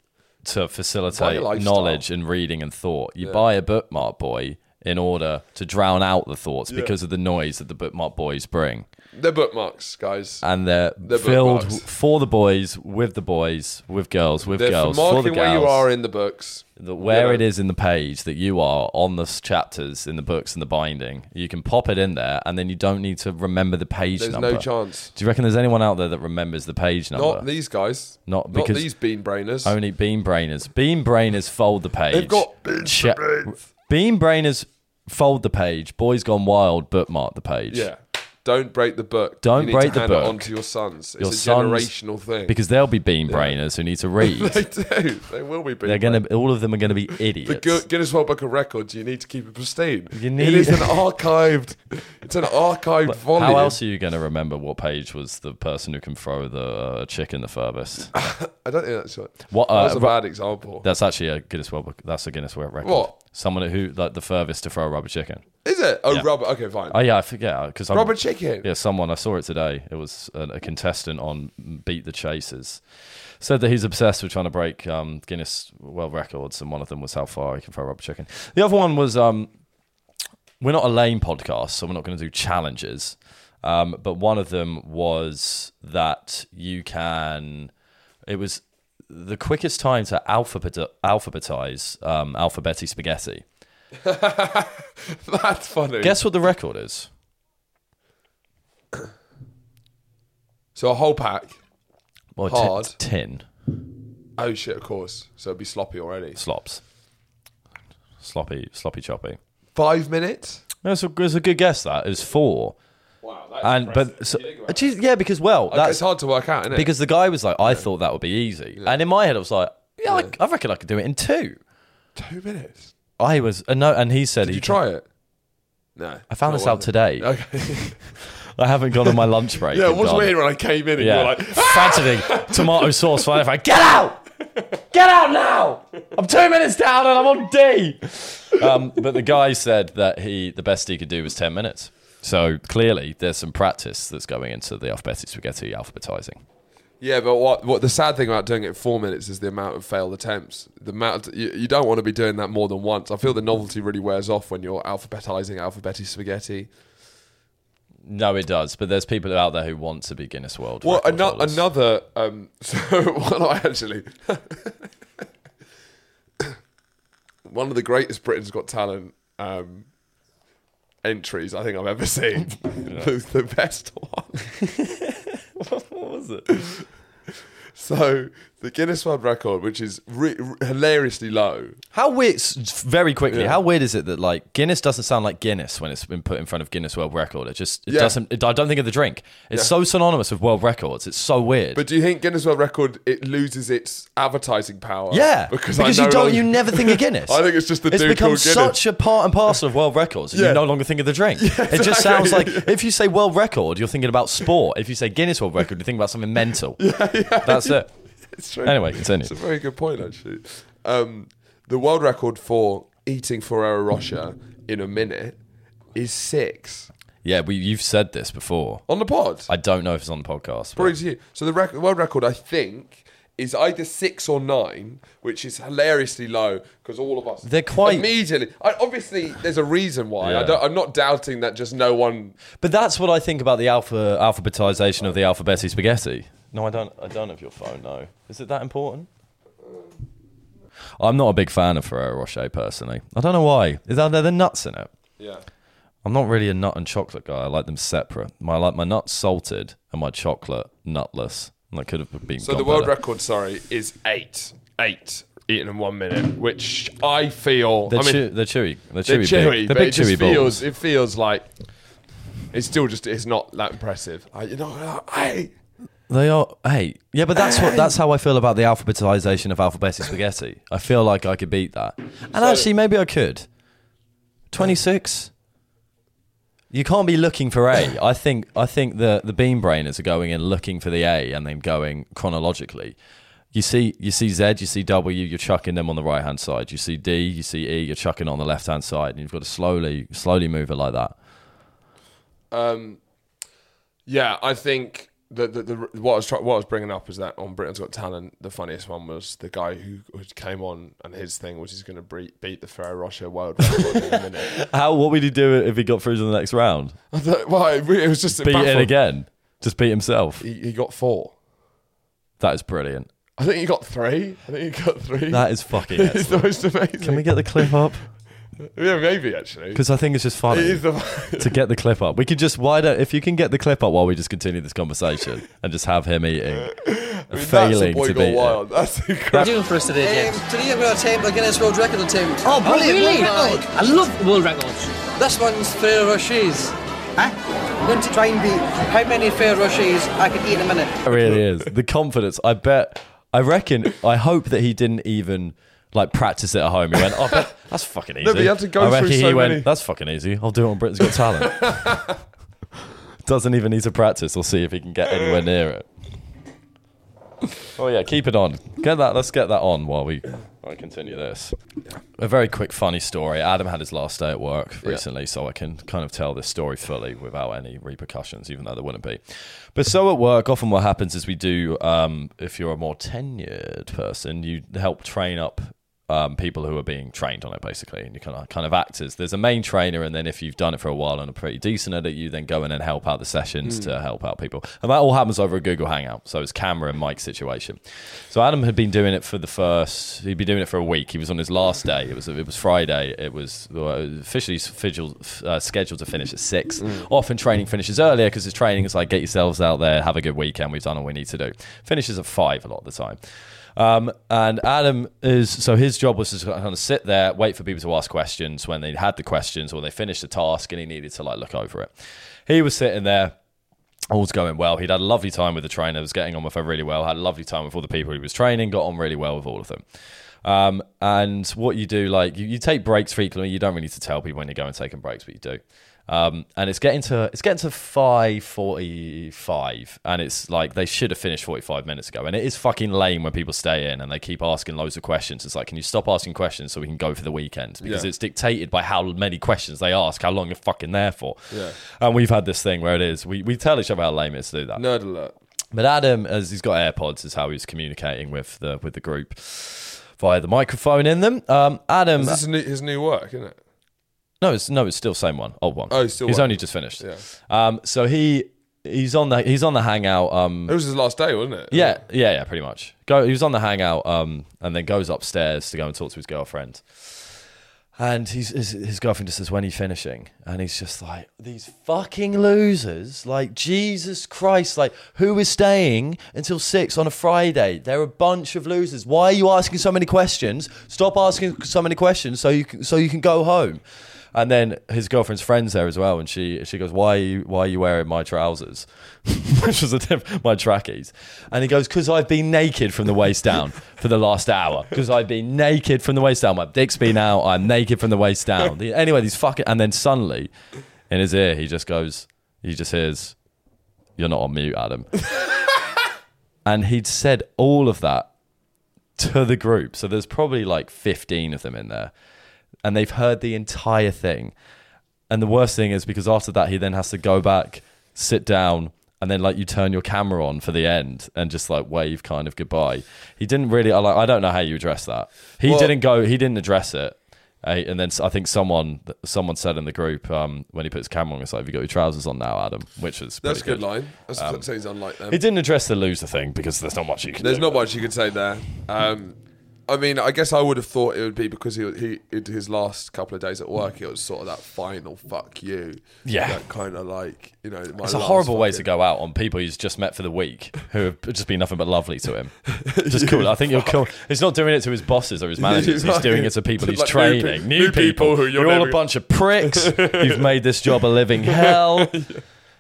to
Buy
facilitate
a lifestyle.
knowledge and reading and thought. You buy a bookmark boy in order to drown out the thoughts because of the noise that the bookmark boys bring.
They're bookmarks, guys.
and they're,
They're
filled
bookmarks.
for the boys, with the boys, with girls, with
They're
girls,
for
for the
marking
girls.
where you are in the books.
the, where
know.
it is in the page that you are on the s- chapters in the books and the binding, you can pop it in there, and then you don't need to remember the page
There's
number.
no chance.
Do you reckon there's anyone out there that remembers the page number?
Not these guys.
Not because-
these bean brainers.
Only bean brainers. Bean brainers fold the page.
They've got beans
Che-
for brains.
Bean brainers fold the page. Boys Gone Wild bookmark the page.
yeah. Don't break the book. you
Don't
need
break
to
the
hand
book.
It onto your sons. It's
Your
a
sons-
generational thing.
Because there'll be bean brainers who need to
*laughs*
read.
they do. They will be bean.
They're
brainers.
gonna. All of them are gonna be idiots.
The Gu- Guinness World Book of Records. You need to keep it pristine.
You
It
need-
is an
*laughs*
archived. It's an archived volume.
How else are you going to remember what page was the person who can throw the uh, chicken
*laughs*
the furthest?
I don't think that's right.
What, uh,
that was a
ru-
bad example.
That's actually a Guinness World. Book- That's a Guinness World Record.
What?
Someone who like the furthest to throw a rubber chicken.
Is it? Oh, Robert. Okay, fine.
Oh yeah, I forget because
Robert Chicken.
Yeah, someone I saw it today. It was a, a contestant on Beat the Chasers. Said that he's obsessed with trying to break um, Guinness World Records, and one of them was how far he can throw a rubber chicken. The other one was um, we're not a lame podcast, so we're not going to do challenges. Um, but one of them was that you can. It was the quickest time to alphabet alphabetize um, alphabeti spaghetti.
*laughs* That's funny.
Guess what the record is?
so a whole pack.
Well, ti-
Hard.
tin
Oh shit! Of course. So it'd be sloppy already.
slops, sloppy, sloppy choppy.
Five minutes.
That's a, that's a good guess. That it was four,
Wow. That's
and but so, geez, yeah, because well,
it's
that's
hard to work out, isn't it?
because the guy was like, I thought that would be easy, and in my head, I was like, yeah, I, I reckon I could do it in two.
two minutes.
I was uh, no, and he said
Did
he
you try it? No.
I found this out today.
*laughs* Okay.
I haven't gone on my lunch
*laughs*
break.
Yeah, it
and
was
done-
weird when I came in and you
Yeah,
were
*laughs*
like,
fraternity, tomato sauce, fire, fire. Get
out!
get out now! I'm two minutes down and I'm on D. Um, but the guy said that he the best he could do was ten minutes. So clearly, there's some practice that's going into the alphabetic spaghetti alphabetizing.
Yeah, but what what the sad thing about doing it in four minutes is the amount of failed attempts. The amount you, you don't want to be doing that more than once. I feel the novelty really wears off when you're alphabetizing alphabeti spaghetti.
No, it does. But there's people out there who want to be Guinness World.
Well,
record
ano-
holders.
another. Um, *laughs* so well, I actually. *laughs* One of the greatest Britain's Got Talent um, entries I think I've ever
*laughs*
seen. the, the best one.
*laughs* What was it?
So the Guinness World Record, which is re- re- hilariously low,
How weird, s- very quickly, how weird is it that like Guinness doesn't sound like Guinness when it's been put in front of Guinness World Record? It just, it
Yeah.
doesn't, it, I don't think of the drink. It's so synonymous with world records. It's so weird.
But do you think Guinness World Record it loses its advertising power?
yeah.
because,
Because,
I no
you don't,
longer-
you never think of
*laughs*
Guinness.
I think it's just the
It's
dude
become
called Guinness.
such a part and parcel of world records. and
*laughs* Yeah.
You no longer think of the drink. It just sounds like if you say world record, you're thinking about sport. If you say Guinness World Record, you think about
*laughs*
something mental. That's it.
It's true.
Anyway, continue.
It's a very good point actually. Um, the world record for eating Ferrero Rocher in a minute is six
Yeah, we, you've said this before.
on the pod.
I don't know if it's on the podcast. but-
Probably to you. So the rec- world record, I think. Is either six or nine, which is hilariously low because all of us
They're quite-
immediately. I, obviously, there's a reason why. I
Yeah.
don't, I'm not doubting that just no one
But that's what I think about the alpha alphabetization of the alphabeti spaghetti. No, I don't. I don't have your phone. No, is it that important? I'm not a big fan of Ferrero Rocher personally. I don't know why. Is that they're the nuts in it?
Yeah.
I'm not really a nut and chocolate guy. I like them separate. My I like my nuts salted and my chocolate nutless. And that could have been.
So the world record, sorry, is eight. Eight eaten in one minute, which I feel.
They're,
I mean,
chew- they're chewy. They're chewy.
they're
big-
chewy,
They're
but
big
it just
chewy balls.
feels. It feels like it's still just. It's not that impressive. I, you know, I.
They are. Hey, yeah, but that's what. *coughs* That's how I feel about the alphabetization of alphabetic spaghetti. I feel like I could beat that, and actually, maybe I could. Twenty six. You can't be looking for *coughs* A. I think. I think the the bean brainers are going in looking for the A and then going chronologically. You see, you see Z, you see W, you're chucking them on the right hand side. You see D, you see E, you're chucking on the left hand side, and you've got to slowly, slowly move it like that.
Um, yeah, I think that the, the what I was try, what I was bringing up is that on Britain's Got Talent, the funniest one was the guy who, who came on and his thing was he's going to bre- beat the Ferrero Rocher world record in a
*laughs*
minute.
How? What would he do if he got through to the next round?
I thought, well, it, re- it was just
Beat it
baffled.
again. Just beat himself.
He, he got four.
That is brilliant.
I think he got three. I think he got three.
That
*laughs*
is fucking *laughs*
It's
excellent.
the most amazing.
Can we get the clip up?
yeah, maybe actually. It
Because I think it's just funny
is the *laughs*
to get the clip up. We could just why don't if you can get the clip up while we just continue this conversation and just have him eating, failing
that's a boy
to
gone
beat it.
wild. That's incredible.
doing for us today,
Um, today I'm going to attempt a Guinness World Record attempt.
Oh, brilliant! world
Only one
record. I love world records.
night. This one's Ferrero Rocher's.
Huh?
I'm going to try and beat how many Ferrero Rocher's I can eat in a minute.
*laughs* It really is the confidence. I bet. I reckon. I hope that he didn't even like practice it at home. He went, "Oh, but *laughs* that's fucking easy."
but he had to go
I
through
reckon
so
he went,
many-
"That's fucking easy. I'll do it on Britain's Got Talent." *laughs* Doesn't even need to practice. We'll see if he can get anywhere near it. Oh yeah, keep it on. Get that. Let's get that on while we I continue this. A very quick, funny story. Adam had his last day at work recently, so I can kind of tell this story fully without any repercussions, even though there wouldn't be. But so at work, often what happens is we do. Um, if you're a more tenured person, you help train up um, people who are being trained on it basically and you kind of kind of act as there's a main trainer and then if you've done it for a while and are pretty decent at it you then go in and help out the sessions to help out people and that all happens over a google hangout so it's camera and mic situation so adam had been doing it for the first he'd been doing it for a week he was on his last day it was it was friday it was well, officially scheduled, uh, scheduled to finish at six often training finishes earlier because his training is like get yourselves out there have a good weekend we've done all we need to do finishes at five a lot of the time um, and Adam is so his job was to kind of sit there, wait for people to ask questions when they had the questions or they finished the task, and he needed to like look over it. He was sitting there. All's going well. He'd had a lovely time with the trainer, was getting on with her really well, had a lovely time with all the people he was training, got on really well with all of them. Um, and what you do, like, you, you take breaks frequently. You don't really need to tell people when you're going taking breaks, but you do. Um, and it's getting to it's getting to five forty five, and it's like they should have finished forty five minutes ago. And it is fucking lame when people stay in and they keep asking loads of questions. It's like, can you stop asking questions so we can go for the weekend? Because
Yeah.
it's dictated by how many questions they ask, how long you're fucking there for.
Yeah.
And we've had this thing where it is we, we tell each other how lame it is to do that.
Nerd alert.
But Adam, as he's got AirPods, is how he's communicating with the with the group via the microphone in them. Um, Adam,
This is new, his new work, isn't it?
no, it's no, it's still same one, old one.
Oh, it's still
he's
one.
only just finished.
Yeah.
Um, so he he's on the he's on the hangout. Um,
It was his last day, wasn't it?
yeah, yeah, yeah, pretty much. Go. He was on the hangout, um, and then goes upstairs to go and talk to his girlfriend. And he's, his, his girlfriend just says, "When are you finishing?" And he's just like, "These fucking losers! Like Jesus Christ! Like who is staying until six on a Friday? They're a bunch of losers. Why are you asking so many questions? Stop asking so many questions so you can, so you can go home." And then his girlfriend's friends there as well, and she she goes, "Why are you why are you wearing my trousers?" *laughs* Which was a diff- my trackies. And he goes, "Cause I've been naked from the waist down for the last hour. Cause I've been naked from the waist down. My dick's been out. I'm naked from the waist down." The- anyway, these fucking and then suddenly, in his ear, he just goes, he just hears, "You're not on mute, Adam." *laughs* and he'd said all of that to the group. So there's probably like 15 of them in there. And they've heard the entire thing. And the worst thing is because after that, he then has to go back, sit down, and then like you turn your camera on for the end and just like wave kind of goodbye. He didn't really, I, like, I don't know how you address that. He
Well-
didn't go, he didn't address it. Eh, and then s- I think someone someone said in the group um, when he put his camera on, it's like, "Have you got your trousers on now, Adam?" Which is
That's a
pretty Um,
good line. That's that sounds unlike them.
He didn't address the loser thing because there's not much you can.
There's
do.
not much you could say there. Um, I mean, I guess I would have thought it would be because he, he it- his last couple of days at work, it was sort of that final "fuck you."
Yeah.
that kind of like you know. my
It's a
last
horrible way to
fucking-
go out on people he's just met for the week who have just been nothing but lovely to
*laughs*
him. Just cool. I think you're cool. He's not doing it to his bosses or his managers. He's doing it to people
To,
he's
like, new pe-
training. New,
new people
people.
who you're
you're all a
never-
bunch
*laughs*
of pricks. You've made this job a living hell. Um,
Well,
but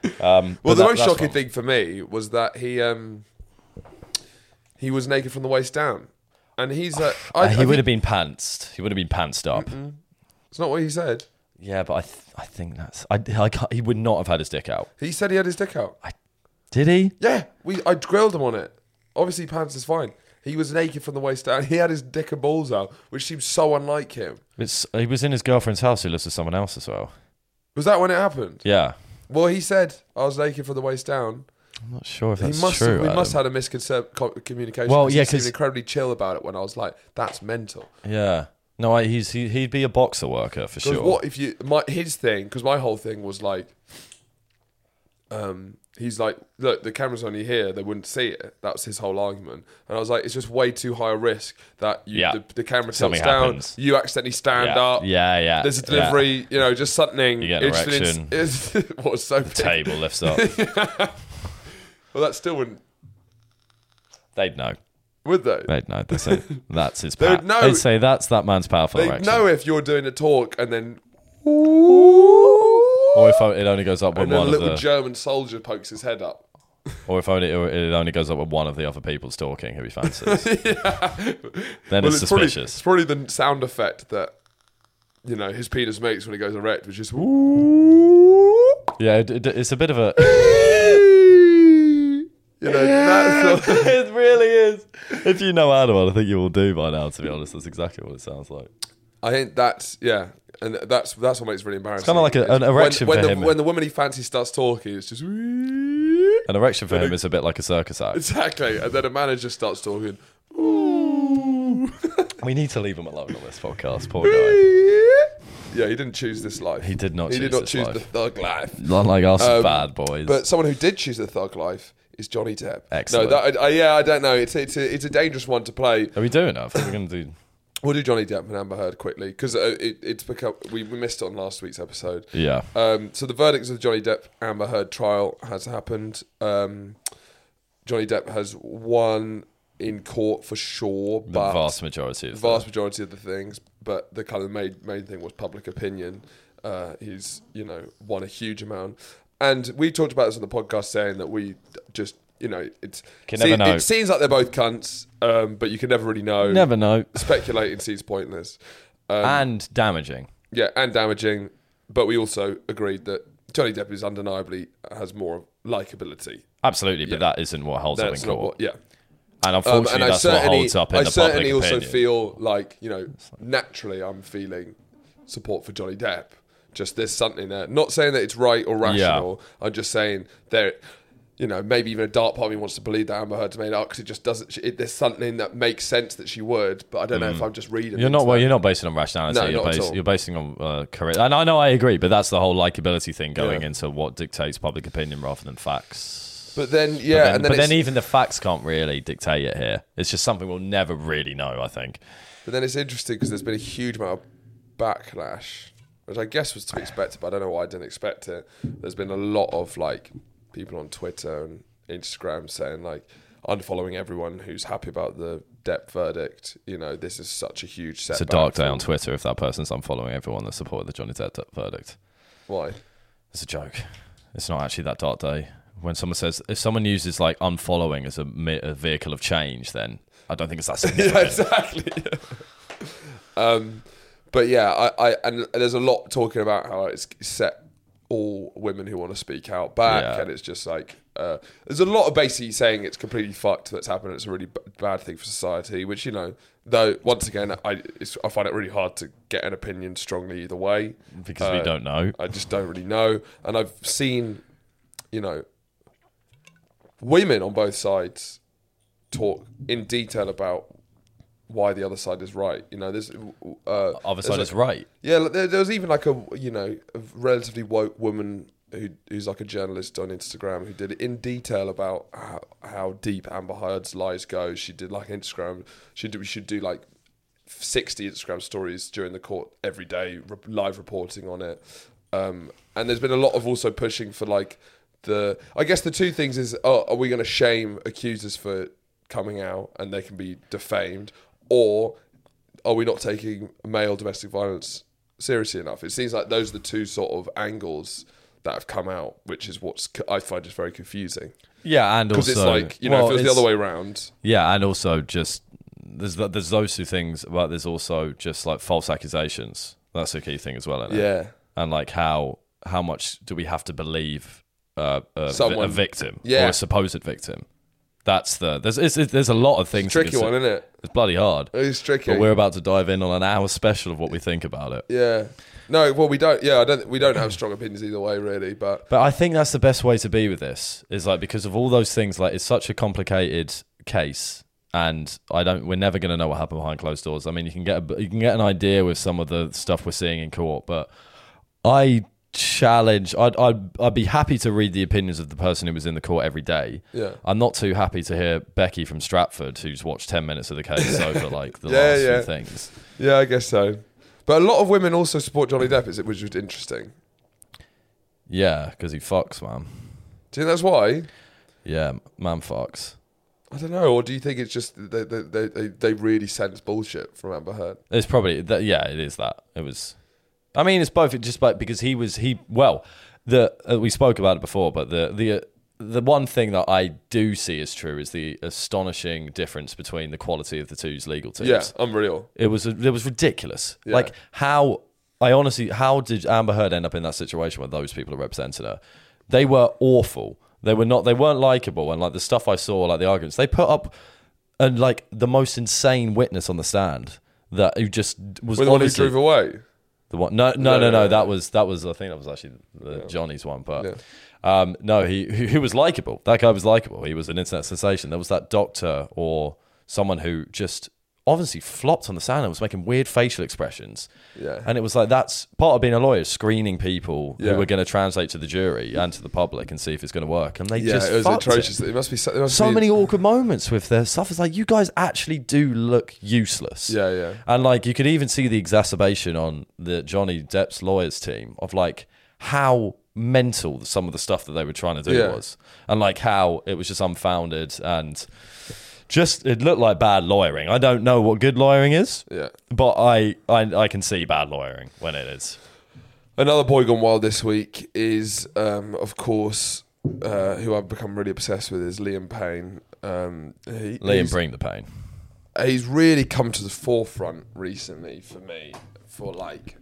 the
that-
most
that's
shocking
one.
thing for me was that he um, he was naked from the waist down, and he's uh, I,
Uh,
I
he
think-
would have been pantsed. He would have been pantsed up.
It's not what he said.
Yeah, but I, th- I think that's. I, I can't, he would not have had his dick out.
He said he had his dick out.
Did he?
Yeah, we I grilled him on it. Obviously, pants is fine. He was naked from the waist down. He had his dick and balls out, which seems so unlike him.
It's, he was in his girlfriend's house. He lives with someone else as well.
Was that when it happened?
Yeah.
Well, he said I was naked from the waist down.
I'm not sure if
He
that's
must.
true.
we must
Adam.
have had a miscommunication.
Well, yeah,
he seemed
'cause-
incredibly chill about it when I was like, "That's mental."
Yeah. No, I, he's he, he'd be a boxer worker for
Because
sure.
what if you my his thing? Because my whole thing was like, um, he's like, look, the camera's only here; they wouldn't see it. That was his whole argument, and I was like, it's just way too high a risk that you,
Yeah.
the, the camera tilts
Something
down,
happens.
you accidentally stand
Yeah.
up,
Yeah, yeah,
There's a
yeah.
delivery, you know, just something.
You get an
it's- it's-
erection.
*laughs* It's, what's so big.
Table
*laughs*
lifts up.
Well, that still wouldn't,
They'd know.
would they?
They'd know.
*laughs*
They'd say that's his
They'd
power.
know.
They'd say that's that man's powerful
They
erection.
know if you're doing a talk and then
Or if it only goes up when
and then a
one of
little
the,
German soldier pokes his head up.
or if only or it only goes up when one of the other people's talking who
*laughs*
he fancies. Then
Well,
it's,
probably-
suspicious.
it's Probably, the sound effect that you know his penis makes when he goes erect, which is
yeah, it, it- it's a bit
*laughs*
of a.
you know that's the-
it really is. If you know Adam, I think you will do by now. To be honest, that's exactly what it sounds like.
*laughs* I think that's yeah, and that's that's what makes it really embarrassing.
kinda like a- an
Is
erection
when, when the,
for him.
When the woman he fancies starts talking, it's just
An erection for him is a bit like a circus act.
*laughs* exactly, and then a manager starts talking.
We need to leave him alone on this podcast. Poor guy.
Yeah, he didn't choose this life. He
did not
He did
choose
not
this
choose
life.
the thug life.
Not like us
Um,
bad boys.
But someone who did choose the thug life is Johnny Depp.
Excellent.
No, that, I, I, yeah, I don't know. It's it's a, it's a dangerous one to play.
Are we doing that? I think we're going to do.
We'll do Johnny Depp and Amber Heard quickly because uh, it, it's become we, we missed it on last week's episode.
Yeah.
Um, so the verdicts of the Johnny Depp Amber Heard trial has happened. Um, Johnny Depp has won in court for sure,
The
but
vast majority of
vast majority of the things, but the kind of main main thing was public opinion. Uh, he's you know won a huge amount, and we talked about this on the podcast, saying that we just you know it's
Can never know.
it seems like they're both cunts, um, but you can never really know.
them. Never know.
speculating seems pointless. Um,
And damaging.
yeah, and damaging. But we also agreed that Johnny Depp is undeniably has more likability.
Absolutely, but that isn't what holds up in
That's not
court.
what, yeah.
And
Um,
unfortunately,
and I
that's what
certainly,
holds up
I
in the public
certainly also
opinion.
feel like you know, naturally, I'm feeling support for Johnny Depp. Just there's something there. Not saying that it's right or rational. I'm just saying there, you know, maybe even a dark part of me wants to believe that Amber Heard's made up because it just doesn't. It, there's something that makes sense that she would, but I don't know if I'm just reading.
Mm. You're not
into
well.
that.
You're not basing on rationality.
No,
you're,
not at all.
you're basing on uh, career. And I know I agree, but that's the whole likability thing going
Yeah.
into what dictates public opinion rather than facts.
But then, yeah,
But then,
and then,
but then
it's,
even the facts can't really dictate it here. It's just something we'll never really know. I think.
but then it's interesting because there's been a huge amount of backlash, which I guess was to be expected, but I don't know why I didn't expect it. There's been a lot of like people on Twitter and Instagram saying like unfollowing everyone who's happy about the Depp verdict. You know, this is such a huge setback.
It's a dark day on Twitter if that person's unfollowing everyone that supported the Johnny Depp verdict.
Why?
It's a joke. It's not actually that dark day. When someone says, if someone uses like unfollowing as a, me- a vehicle of change, then I don't think *laughs* it's that
*laughs*
significant.
yeah, exactly. um, but yeah, I, I and there's a lot talking about how it's set all women who want to speak out back,
Yeah.
and it's just like uh, there's a lot of basically saying it's completely fucked that's happened. It's a really b- bad thing for society, which you know. Though once again, I it's, I find it really hard to get an opinion strongly either way
Because we
Uh,
don't know.
I just don't really know. And I've seen, you know, women on both sides talk in detail about why the other side is right. You know, there's uh,
Other
there's
side
like-
is right.
Yeah, like, there, there was even like a you know a relatively woke woman who who's like a journalist on Instagram who did it in detail about how, how deep Amber Heard's lies go. She did like Instagram. She did, we should do like. 60 Instagram stories during the court every day, re- live reporting on it. Um, and there's been a lot of also pushing for like the. I guess the two things is oh, are we going to shame accusers for coming out and they can be defamed? Or are we not taking male domestic violence seriously enough? It seems like those are the two sort of angles that have come out, which is what's co- I find just very confusing
Yeah, and
because
also
it's like you know
well,
if it was
it's-
the other way around,
Yeah, and also just there's th- there's those two things, but there's also just like false accusations. That's a key thing as well. Isn't it?
yeah,
and like how how much do we have to believe uh, a, vi-
Someone-
a victim
Yeah.
or a supposed victim? That's the there's it's, it's, there's a lot of things. to
tricky
consider.
one, isn't it?
It's bloody hard.
It's tricky.
But we're about to dive in on an hour special of what we think about it.
Yeah. No, well, we don't. Yeah, I don't. We don't have strong opinions either way, really. But
But I think that's the best way to be with this is like because of all those things. Like it's such a complicated case, and I don't. We're never going to know what happened behind closed doors. I mean, you can get a, you can get an idea with some of the stuff we're seeing in court, but I challenge. I'd, I'd I'd be happy to read the opinions of the person who was in the court every day.
Yeah.
I'm not too happy to hear Becky from Stratford, who's watched ten minutes of
*laughs*
the case over like the
Yeah,
last
yeah.
few things.
yeah, I guess so. But a lot of women also support Johnny Depp, is it? Which was interesting.
Yeah, because he fucks, man.
Do you think that's why?
Yeah, man fucks.
I don't know. Or do you think it's just that they they, they, they really sense bullshit from Amber Heard?
It's probably that. Yeah, it is that. It was. I mean, it's both. Just but because he was he well, the uh, we spoke about it before, but the the. Uh, the one thing that I do see as true is the astonishing difference between the quality of the two's legal teams.
Yeah, unreal.
It was it was ridiculous. Like how I honestly how did Amber Heard end up in that situation where those people are representing her? They were awful. They were not. They weren't likable. And like the stuff I saw, like the arguments they put up, and like the most insane witness on the stand that who just was
With the one who
honestly-
drove away.
the one, no, no, no,
No,
no,
no, no.
That was that was. I think that was actually the Johnny's one, but um, no, he who, who was likable. That guy was likable. He was an internet sensation. There was that doctor or someone who just obviously flopped on the sand and was making weird facial expressions.
Yeah.
and it was like that's part of being a lawyer, screening people
Yeah.
who were going to translate to the jury and to the public and see if it's going to work. And they
Yeah,
just
it was
fucked
atrocious. It must be so, there must
so
be-
many awkward moments with their stuff. It's like you guys actually do look useless.
Yeah, yeah.
And like you could even see the exacerbation on the Johnny Depp's lawyers team of like how mental some of the stuff that they were trying to do
Yeah.
was, and like how it was just unfounded and just it looked like bad lawyering. I don't know what good lawyering is.
Yeah.
But I, I I can see bad lawyering when it is.
Another boy gone wild this week is, um, of course, uh, who I've become really obsessed with is Liam Payne. Um, he,
Liam,
he's-
bring the pain.
Uh, he's really come to the forefront recently for me for like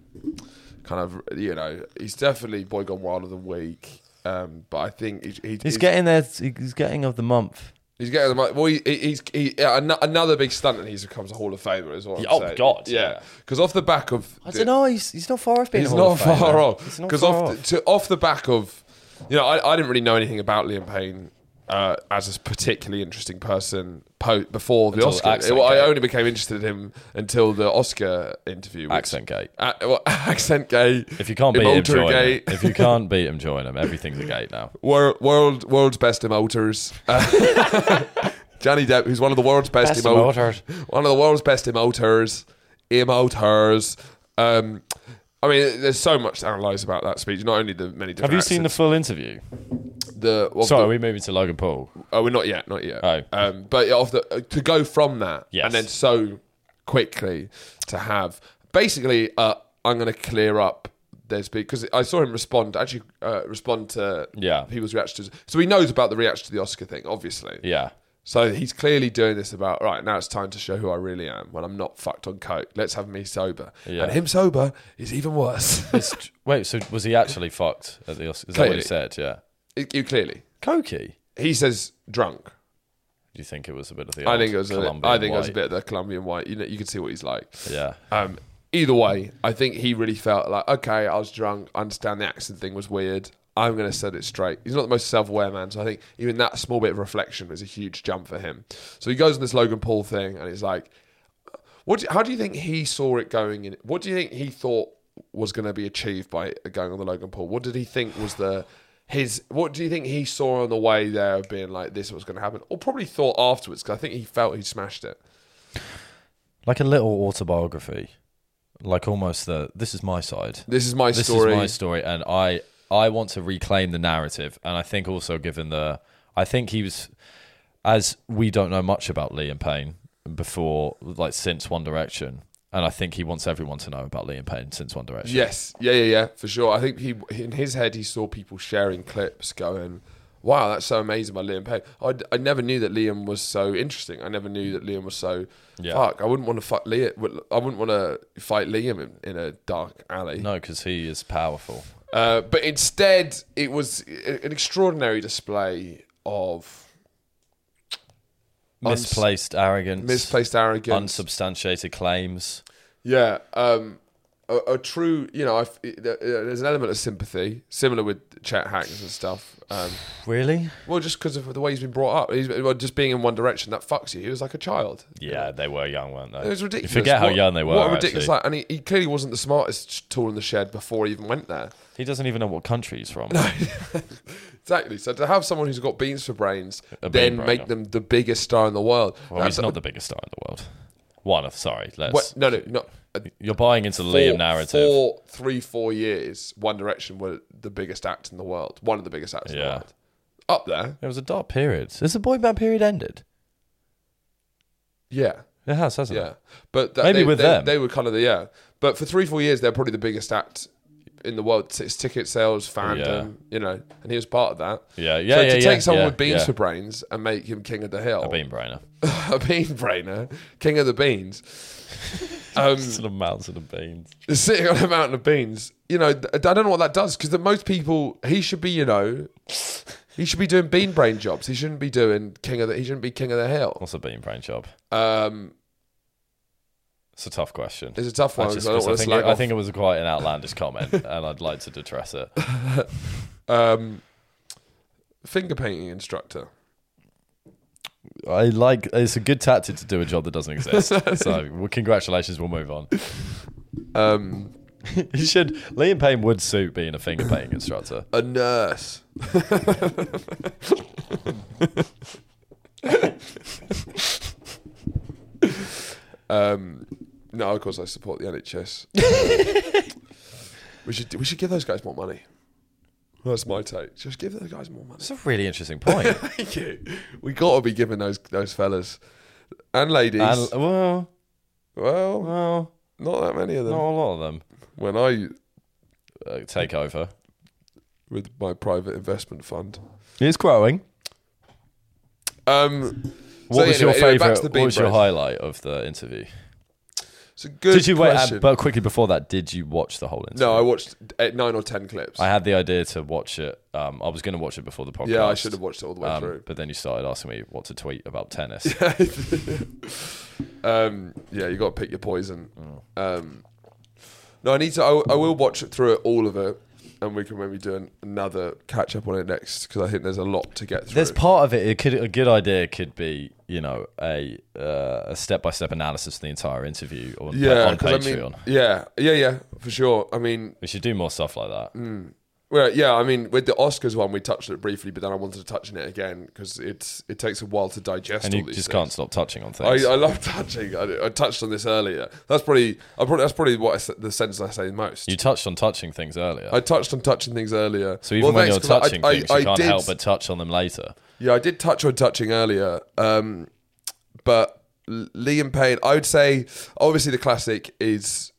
kind of you know he's definitely boy gone wilder than weak. Um, but I think he, he,
He's getting there. He's getting of the month.
He's getting the money. Well, he, he's he, yeah, an- another big stunt, and he's becomes a Hall of Famer as well.
Yeah, oh, God,
yeah,
yeah.
because off the back of
I don't know. He's, he's not far off being.
he's
a Hall
not
of Famer.
far off
He's not
because
far
off, the- to off the back of you know I, I didn't really know anything about Liam Payne uh, as a particularly interesting person po- before the
Until
Oscar.
Accent
Well, I
Gate.
only became interested in him until the Oscar interview. which-
Accent Gate.
Uh, well, *laughs* accent gate.
If you can't beat him, join him.
gate.
If you can't beat him, join him. Everything's a gate now.
Wor- world world's best
*laughs*
emoters. Uh, Johnny Depp, who's one of the world's best,
Best
emo-
emoters.
one of the world's best emoters, emoters. Um, I mean, there's so much to analyse about that speech. Not only the many different.
Have you seen the full interview?
the? of
Sorry,
the-
are we moving to Logan Paul?
oh, we're not yet, not yet.
Oh.
Um, but yeah, of the uh, to go from that
Yes.
and then so quickly to have basically, uh, I'm going to clear up. There's because I saw him respond actually uh, respond to
Yeah.
people's reactions. So he knows about the reaction to the Oscar thing, obviously.
Yeah.
So he's clearly doing this about right now. It's time to show who I really am when I'm not fucked on coke. Let's have me sober,
Yeah.
and him sober is even worse. *laughs*
It's- wait, so was he actually fucked at the Oscars? Is that what
Clearly.
he said? Yeah.
you clearly,
Cokey?
he says drunk.
Do you think it was a bit of the?
I
old
think it was. A,
Colombian
I think it was a
white?
bit of the Colombian white. You know, you can see what he's like.
Yeah.
Um, either way, I think he really felt like, okay, I was drunk. I understand the accent thing was weird. I'm going to set it straight. He's not the most self aware man. So I think even that small bit of reflection was a huge jump for him. So he goes on this Logan Paul thing and he's like, what do, how do you think he saw it going in? What do you think he thought was going to be achieved by going on the Logan Paul? What did he think was the his? What do you think he saw on the way there of being like this was going to happen, or probably thought afterwards? Because I think he felt he smashed it.
Like a little autobiography, like almost the this is my side.
This is my
this
story.
is my story and i i want to reclaim the narrative and i think also given the i think he was as we don't know much about liam payne before like since one direction and i think he wants everyone to know about liam payne since one direction
Yes, yeah, yeah, yeah, for sure. I think he in his head he saw people sharing clips, going, "Wow, that's so amazing by Liam Payne." I, I never knew that Liam was so interesting. I never knew that Liam was so
Yeah.
fuck. I wouldn't want to fuck Liam. I wouldn't want to fight Liam in, in a dark alley.
no because he is powerful
Uh, but instead, it was a- an extraordinary display of Uns-
misplaced arrogance
misplaced arrogance,
unsubstantiated claims
Yeah, um, a, a true, you know, I f- it- there- there's an element of sympathy, similar with Chet Hackers and stuff. Um,
really
well, just because of the way he's been brought up, he's, well, just being in one direction that fucks you. He was like a child.
yeah they were young weren't they
It was ridiculous.
you forget how
What-
young they were
What a ridiculous!
actually.
Like, and he, he clearly wasn't the smartest tool in the shed before he even went there.
he doesn't even know what country he's from
Exactly. So to have someone who's got beans for brains,
A
then
bean brainer.
make them the biggest star in the world.
well he's not the biggest star in the world one of sorry let's
Wait, no, no, no. Uh,
you're buying into the
four-
liam narrative
Four, three, four years, One Direction were the biggest act in the world. One of the biggest acts in the
Yeah.
world. Up there,
It was a dark period. Has the boy band period ended?
yeah,
It has, hasn't
yeah.
it?
But that,
Maybe
they,
with
they,
them.
they were kind of the yeah. But for three, four years, they're probably the biggest act in the world. It's ticket sales, fandom,
Oh, Yeah.
you know. And he was part of that.
Yeah, yeah,
So
yeah,
to
yeah,
take someone
yeah,
with beans
yeah.
for brains and make him king of the hill,
A bean brainer.
*laughs* a bean brainer, king of the beans. *laughs* Um,
Sort of mountain of beans.
sitting on a mountain of beans. You know, th- I don't know what that does because the most people he should be, you know, he should be doing bean brain jobs. He shouldn't be doing king of the. He shouldn't be king of the hill.
What's a bean brain job?
Um,
It's a tough question.
it's a tough
I
one.
just-
'cause I don't
'cause I
want to
think
slag
it- I
off.
think it was quite an outlandish
*laughs*
comment, and I'd like to address it.
um, finger painting instructor.
I like it's a good tactic to do a job that doesn't
*laughs*
exist. so, well, congratulations. We'll move on.
Um,
*laughs* You should. Liam Payne would suit being a finger painting instructor.
a nurse. um, no, of course I support the NHS. we should we should give those guys more money. That's my take. Just give those guys more money.
It's a really
*laughs*
interesting point.
Thank you. We got to be giving those those fellas and ladies.
and, well,
well,
well,
not that many of them.
not a lot of them
When I
uh, take over.
with my private investment fund.
It's growing.
Um,
What
so
was
anyway,
your
Um, anyway, back
favorite?
to the
what
bean
was your
bread.
highlight of the interview?
It's a good
Did you wait?
question.
Uh, but quickly before that, did you watch the whole interview?
no, I watched eight, nine or ten clips.
I had the idea to watch it. Um, I was going to watch it before the podcast.
yeah, I should have watched it all the way
Um,
through.
but then you started asking me what to tweet
*laughs*
about tennis.
Um, yeah, you got to pick your poison.
Mm.
Um, no, I need to. I, I will watch it through it, all of it, and we can maybe do an, another catch up on it next because I think there's a lot to get through.
There's part of it. It could a good idea could be you know a uh, a step by step analysis of the entire interview on,
yeah,
on
'cause I
Patreon.
mean, yeah, yeah, yeah, for sure. I mean,
we should do more stuff like
Mm,
that.
well, yeah, I mean, with the Oscars one, we touched it briefly, but then I wanted to touch on it again because it's it takes a while to digest.
and
all
you
these
just
things.
can't stop touching on
I,
things.
I love touching. I, I touched on this earlier. That's probably, I probably that's probably what I, s- the sentence I say most.
you touched on touching things earlier.
I touched on touching things earlier.
so even when you're
thanks, 'cause I-
touching
I-
things,
I
you can't
did
help but touch on them later.
Yeah, I did touch on touching earlier, um, but L- Liam Payne, I would say, obviously the classic is,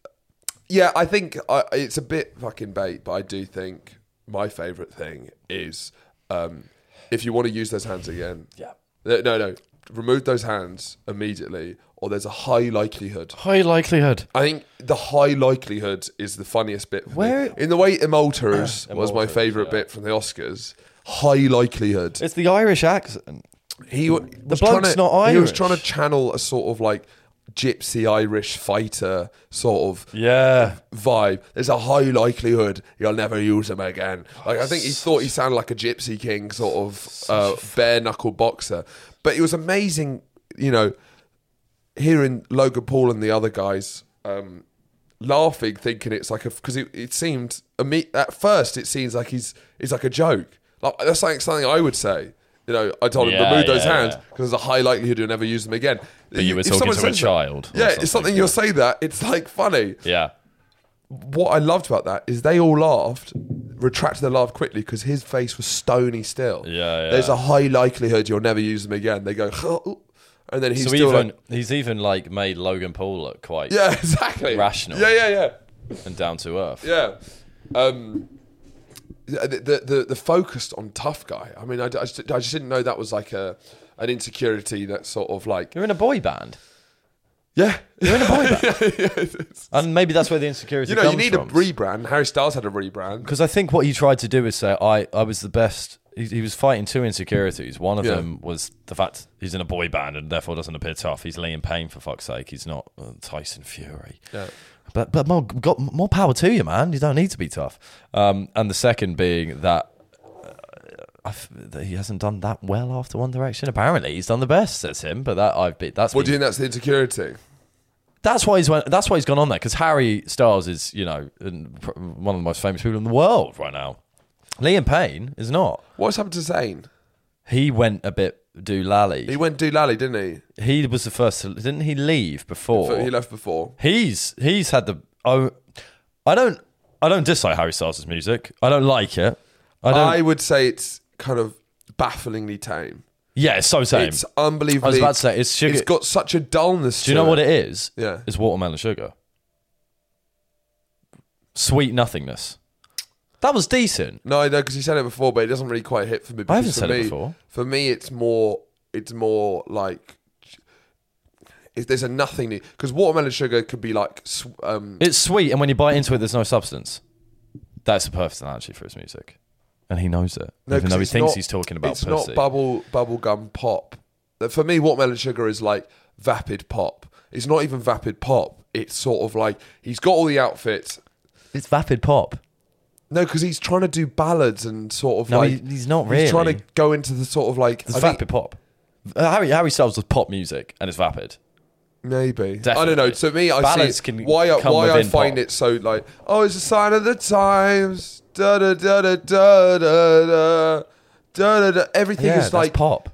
yeah, I think I, it's a bit fucking bait, but I do think my favourite thing is um, if you want to use those hands again. Yeah. No, no, no. Remove those hands immediately, or there's a high likelihood.
High likelihood.
I think the high likelihood is the funniest bit. For Where? Me. In the way
*clears throat*
Immolters was my favourite bit from the Oscars. High likelihood
It's the Irish accent.
he w- was trying
bloke's
to,
not
He was
Irish.
trying to channel a sort of like gypsy Irish fighter sort of
Yeah.
vibe. There's a high likelihood you'll never use him again. Like I think he thought he sounded like a gypsy king sort of uh, bare knuckle boxer, but it was amazing. You know, hearing Logan Paul and the other guys um, laughing, thinking it's like a because it, it seemed imme- at first it seems like he's it's like a joke. Like that's like something I would say. You know, I told him
Yeah,
remove those
yeah,
hands
yeah.
because there's a high likelihood you'll never use them again.
But you were
If
talking
someone
to a
says that-
child or
Yeah,
something,
it's something you'll say that it's like funny
*laughs* Yeah.
what I loved about that is they all laughed, retracted their laugh quickly because his face was stony still.
Yeah, yeah.
There's a high likelihood you'll never use them again. They go, *laughs* "Oh," and then he's
So
still
even
like,
he's even like made Logan Paul look quite
yeah, *laughs* exactly,
Rational.
Yeah, yeah, yeah,
and down to earth.
yeah. Um, the, the the the focused on tough guy. I mean, I, I just, I just didn't know that was like a an insecurity that sort of like
You're in a boy band,
*laughs* yeah.
and maybe that's where the insecurity
You know, you
comes
need
from.
a rebrand. Harry Styles had a rebrand.
because Um, I think what he tried to do is say I, I was the best. He, he was fighting two insecurities. One of
Yeah.
them was the fact he's in a boy band and therefore doesn't appear tough. He's Liam Payne for fuck's sake. He's not uh, Tyson Fury. Yeah. But but more got more power to you, man. You don't need to be tough. Um, and the second being that. uh, I f- That he hasn't done that well after One Direction. Apparently, he's done the best. That's him. But that I've been. That's
What do you
been-
think that's the insecurity?
that's why he's went, that's why he's gone on there because Harry Styles is you know in- pr- one of the most famous people in the world right now. Liam Payne is not.
What's happened to Zayn?
He went a bit doolally.
He went do lally, didn't he?
He was the first. To, didn't he leave before?
But he left before.
He's he's had the oh, I don't I don't dislike Harry Styles' music. I don't like it. I don't.
I, would say it's kind of bafflingly tame.
yeah, it's so tame.
It's unbelievably.
I was about to say, it's sugar-
It's got such a dullness.
Do you know what it is?
Yeah.
it's watermelon sugar. Sweet nothingness. That was decent.
No, no, because you said it before, but it doesn't really quite hit for me. because
haven't
for
said it
me-
before.
For me, it's more. It's more like. It, there's a nothing because watermelon sugar could be like. s- Um,
It's sweet, and when you bite into it, there's no substance. That's the perfect analogy for his music, and he knows it.
no,
even
'cause
though he
it's
thinks
not-
he's talking about
It's
pussy.
not bubble bubble gum pop. For me, watermelon sugar is like vapid pop. It's not even vapid pop. It's sort of like he's got all the outfits.
it's vapid pop.
No, because he's trying to do ballads and sort of
No,
like
he- he's not
He's trying to
really.
go into the sort of like
It's
I think-
vapid pop. Uh, Harry Harry Styles does pop music, and it's vapid.
Maybe I
Definitely.
don't know. To me, I
Ballads
see
can
why I,
come
why I
within
find
pop.
it so like oh, it's a sign of the times. Da da da da da da da da da. da. Everything
Yeah,
is
that's
like
pop.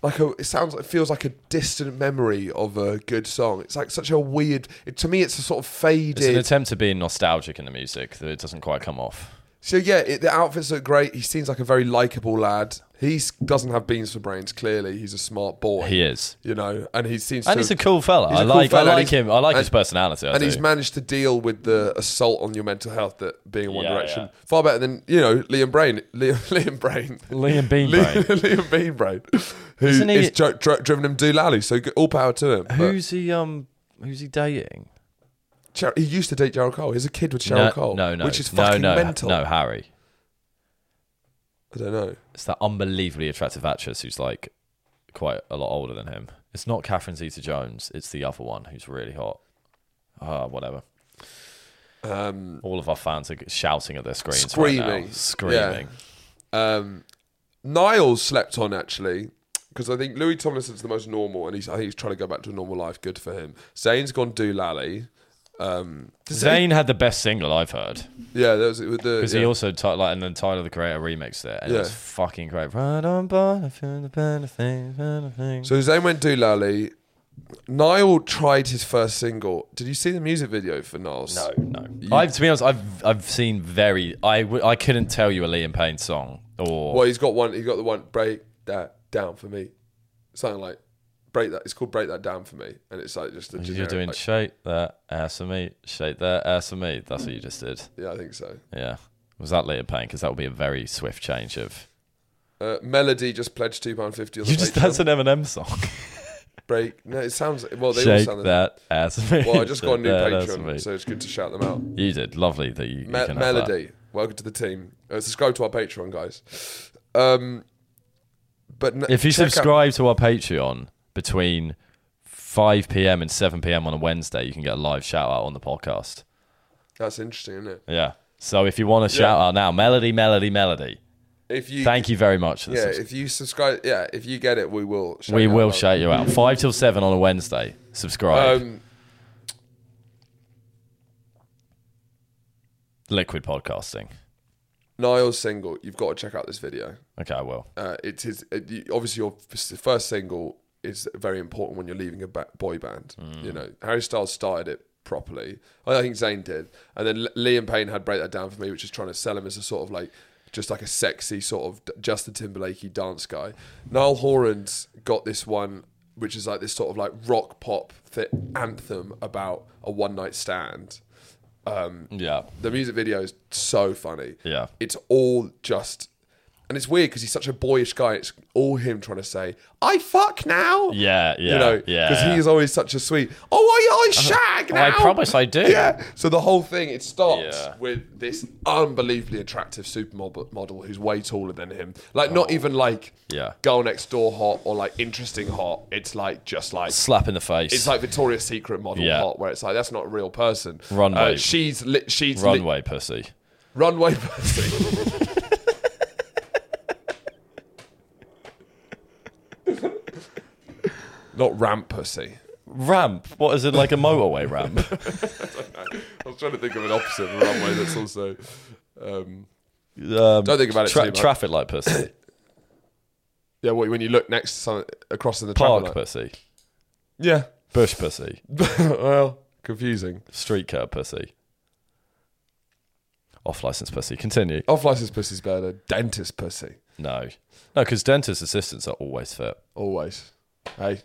like a. It sounds like feels like a distant memory of a good song. It's like such a weird. It, to me, it's a sort of
It's an
faded.
attempt to be nostalgic in the music that it doesn't quite come off.
so yeah, it, the outfits look great. He seems like a very likable lad. He doesn't have beans for brains. Clearly, he's a smart boy.
He is,
you know, and he seems
and
to,
he's a cool fella.
he's a
I
cool
like
fella,
I
and
like
he's-
him. I like
and-
his personality. I
and
do.
he's managed to deal with the assault on your mental health that being One
Yeah,
Direction
yeah.
far better than you know Liam Brain, Liam, *laughs* Liam Brain,
Liam Bean
Liam, *laughs*
Brain.
Liam Bean Brain, who is
Isn't he-
dri- dri- driven him doolally. So g- all power to him. but-
Who's he? Um, who's he dating?
Ger- he used to date Gerald Cole. He's a kid with Cheryl
No,
Cole.
no, no,
Which is
no,
fucking
no,
mental.
no, Harry.
I don't know.
It's that unbelievably attractive actress who's like quite a lot older than him. It's not Catherine Zeta-Jones. It's the other one who's really hot. Ah, whatever.
Um,
All of our fans are shouting at their screens, right
Screaming.
now.
Yeah.
screaming.
um, Niles slept on actually because I think Louis Tomlinson's the most normal, and he's I think he's trying to go back to a normal life. Good for him. Zayn's gone do lally. Um, does he-
Zayn had the best single I've heard
yeah, that was with the
because
yeah.
he also t- like and then Tyler the Creator remixed it and it
Yeah.
was fucking great. Right on board, I feel the better thing, better thing.
So Zayn went do lally. Niall tried his first single. Did you see the music video for Niles?
No, no. I've to be honest, I've I've seen very. I w- I couldn't tell you a Liam Payne song or
Well, he's got one. He got the one. Break that down for me. Something like break that. It's called break that down for me, and it's like just a
you're
generic,
doing
like-
shake that ass of me, shake that ass of me. That's what you just did.
yeah, I think so.
Yeah, was that Liam Payne? Because that would be a very swift change of.
Uh, Melody just pledged two pound fifty on the
You just
Patreon.
that's an Eminem song.
break. No, it sounds well. They
shake
all sound the-
that ass of me.
Well, I just got a
shake *laughs*
new
that ass of me.
Patreon, so it's good to shout them out.
You did lovely that you, you
Me-
can have that.
Melody, welcome to the team. Uh, subscribe to our Patreon, guys. Um, but n-
If you
check out-
subscribe to our Patreon between 5 p.m. and 7 p.m. on a Wednesday, you can get a live shout out on the podcast.
that's interesting, isn't it?
Yeah. So if you want to shout out now, melody, melody, melody.
If you
Thank you very much. For the
yeah,
subs-
if you subscribe, yeah, if you get it, we will. Shout
we
you out
will
loud.
shout you out. Five till seven on a Wednesday. Subscribe.
Um,
Liquid podcasting.
Niall's single. You've got to check out this video.
Okay, I will.
Uh, it's his. uh, you- obviously, your f- first single is very important when you're leaving a ba- boy band. You know, Harry Styles started it properly. I think Zayn did, and then L- Liam Payne had break that down for me, which is trying to sell him as a sort of like. Just like a sexy sort of d- Justin Timberlakey dance guy, Niall Horan's got this one, which is like this sort of like rock pop th- anthem about a one night stand.
Yeah.
The music video is so funny.
Yeah.
It's all just. And it's weird because he's such a boyish guy. It's all him trying to say, I fuck now.
Yeah, yeah,
You know,
yeah,
Because
yeah.
he is always such a sweet, oh, I, I shag now.
Uh-huh. I promise I do.
Yeah. So the whole thing, it starts
Yeah.
with this unbelievably attractive supermodel model who's way taller than him. Like, not even like
Oh. Yeah.
girl next door hot or like interesting hot. It's like just like
Slap in the face.
it's like Victoria's Secret model
Yeah.
hot, where it's like that's not a real person.
Runway.
Uh, she's li- she's li-
Runway pussy.
runway *laughs* pussy. not ramp pussy.
Ramp. What is it like a motorway ramp?
I was trying to think of an opposite of runway that's also. Um,
Um,
*laughs* Don't think about it
tra-
too much.
Traffic light pussy.
yeah, well, when you look next to some, across in the traffic
Park
light.
pussy.
Yeah.
Bush pussy.
well, confusing.
Street curb pussy. Off license pussy. Continue.
Off license pussy's better. Dentist pussy.
No. No, because dentist assistants are always fit.
Always. Hey.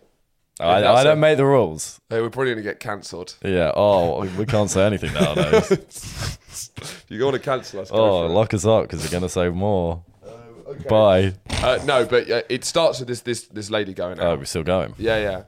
I,
that's
I don't
it.
make the rules.
Hey, we're probably going to get cancelled.
Yeah. Oh, we can't say anything
*laughs*
nowadays.
If you want to cancel us, go
oh,
for it. Oh,
lock us up because we're going to say more. Bye.
Uh, no, but uh, it starts with this this this lady going
Oh,
out.
we're still going.
Yeah,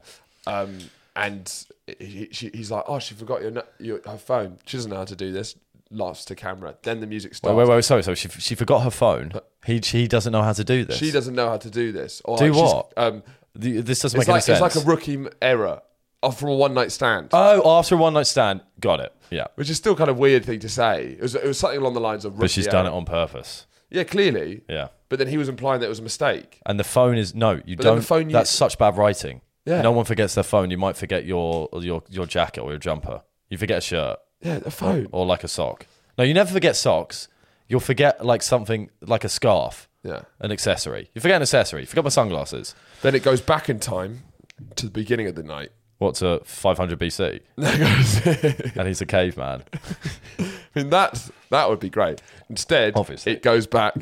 yeah. Um, and he, she, he's like, "Oh, she forgot your, nu- your her phone. She doesn't know how to do this." Laughs to camera. Then the music
Wait,
starts.
wait, wait. Sorry, sorry. She, she forgot her phone. He, she doesn't know how to do this.
She doesn't know how to do this. Or
Do
like, she's-
what?
Um,
The- This doesn't
it's
make
like
any
it's
sense.
like a rookie m- error of- from a one night stand,
oh, after a one night stand. Got it. Yeah.
which is still kind of weird thing to say. It was, it was something along the lines of. Rookie
But she's done it on purpose.
Yeah, clearly.
Yeah.
But then he was implying that it was a mistake.
And the phone is no, you
then
don't.
the phone you-
that's such bad writing.
Yeah.
No one forgets their phone. You might forget your your your jacket or your jumper. You forget a shirt
Yeah, the phone.
or like a sock. No, you never forget socks. You'll forget like something like a scarf.
Yeah.
An accessory. You forget an accessory. You forgot my sunglasses.
Then it goes back in time to the beginning of the night. *laughs*
What to 500 BC? and he's a caveman.
I mean, that's that would be great. Instead,
Obviously.
it goes back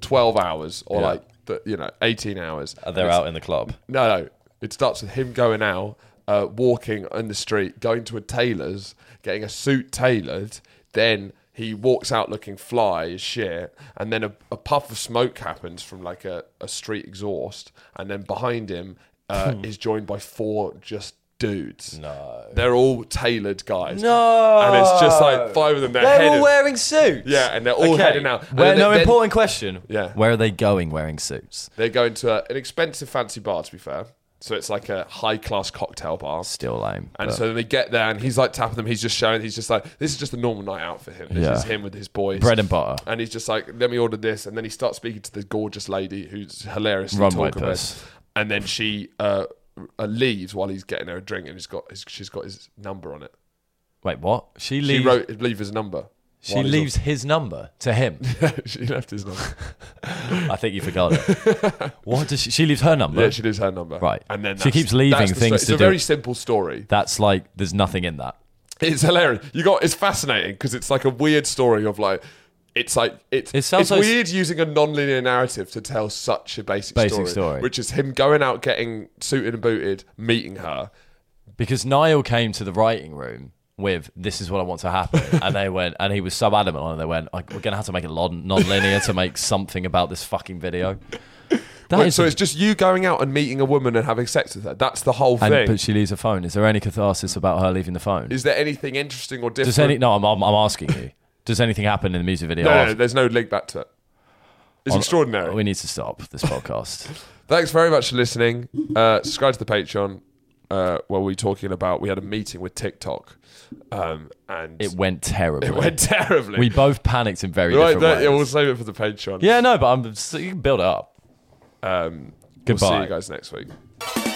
twelve hours or
Yeah.
like the, you know eighteen hours.
And they're
It's-
out in the club.
No, no. It starts with him going out, uh, walking on the street, going to a tailor's, getting a suit tailored. Then he walks out looking fly as shit, and then a, a puff of smoke happens from like a, a street exhaust, and then behind him uh, is joined by four just dudes.
Hmm. No.
They're all tailored guys.
No.
And it's just like five of them.
*laughs*
They're,
They're
headed-
all wearing suits.
Yeah, and they're all heading out. And
Where,
then-
no,
then-
important question.
Yeah.
Where are they going wearing suits?
They go into a, an expensive fancy bar, to be fair. So it's like a high class cocktail bar.
Still lame.
And
but
so then they get there, and he's like tapping them. He's just showing. He's just like, this is just a normal night out for him. This
Yeah.
is him with his boys,
Bread and butter.
And he's just like, let me order this, and then he starts speaking to this gorgeous lady who's hilariously
Runway
talking.
puss.
And then she uh, uh, leaves while he's getting her a drink, and he's got his, she's got his number on it.
Wait, what? She
She
leaves.
wrote leave his number. *laughs*
She
while he's
leaves his number to
*laughs*
him.
on- she left his number.
I think you forgot it.
*laughs*
What does she? She leaves her number.
yeah, she leaves her number.
Right.
And then
She
that's-
keeps leaving
that's the
things
story.
to
It's
do.
a very simple story.
That's like there's nothing in that.
It's hilarious. You got it's fascinating because it's like a weird story of like it's like it's
It sounds
it's
like-
weird using a non-linear narrative to tell such a basic,
Basic
story,
story.
which is him going out getting suited and booted, meeting her.
because Niall came to the writing room with this is what I want to
*laughs*
happen, and they went, and he was so adamant on it. They went, like, we're gonna have to make it lon- non-linear to make something about this fucking
*laughs*
video. That
Wait,
is
so it's just you going out and meeting a woman and having sex with her. That's the whole
and,
thing.
but she leaves her phone. Is there any catharsis about her leaving the phone?
is there anything interesting or different?
Does any? No, I'm, I'm, I'm asking you. Does anything happen in the music video?
no, no, no,
after-
there's no link back to it. It's extraordinary.
We need to stop this podcast.
Thanks very much for listening. Uh, subscribe to the Patreon. Uh, where we were talking about we had a meeting with TikTok, um, and
it went terribly.
it *laughs* went
*laughs*
terribly.
We both panicked in very
Right,
different
that,
ways.
yeah, we'll save it for the Patreon.
yeah, no, but I'm. so You can build it up.
Um,
Goodbye.
We'll see you guys next week.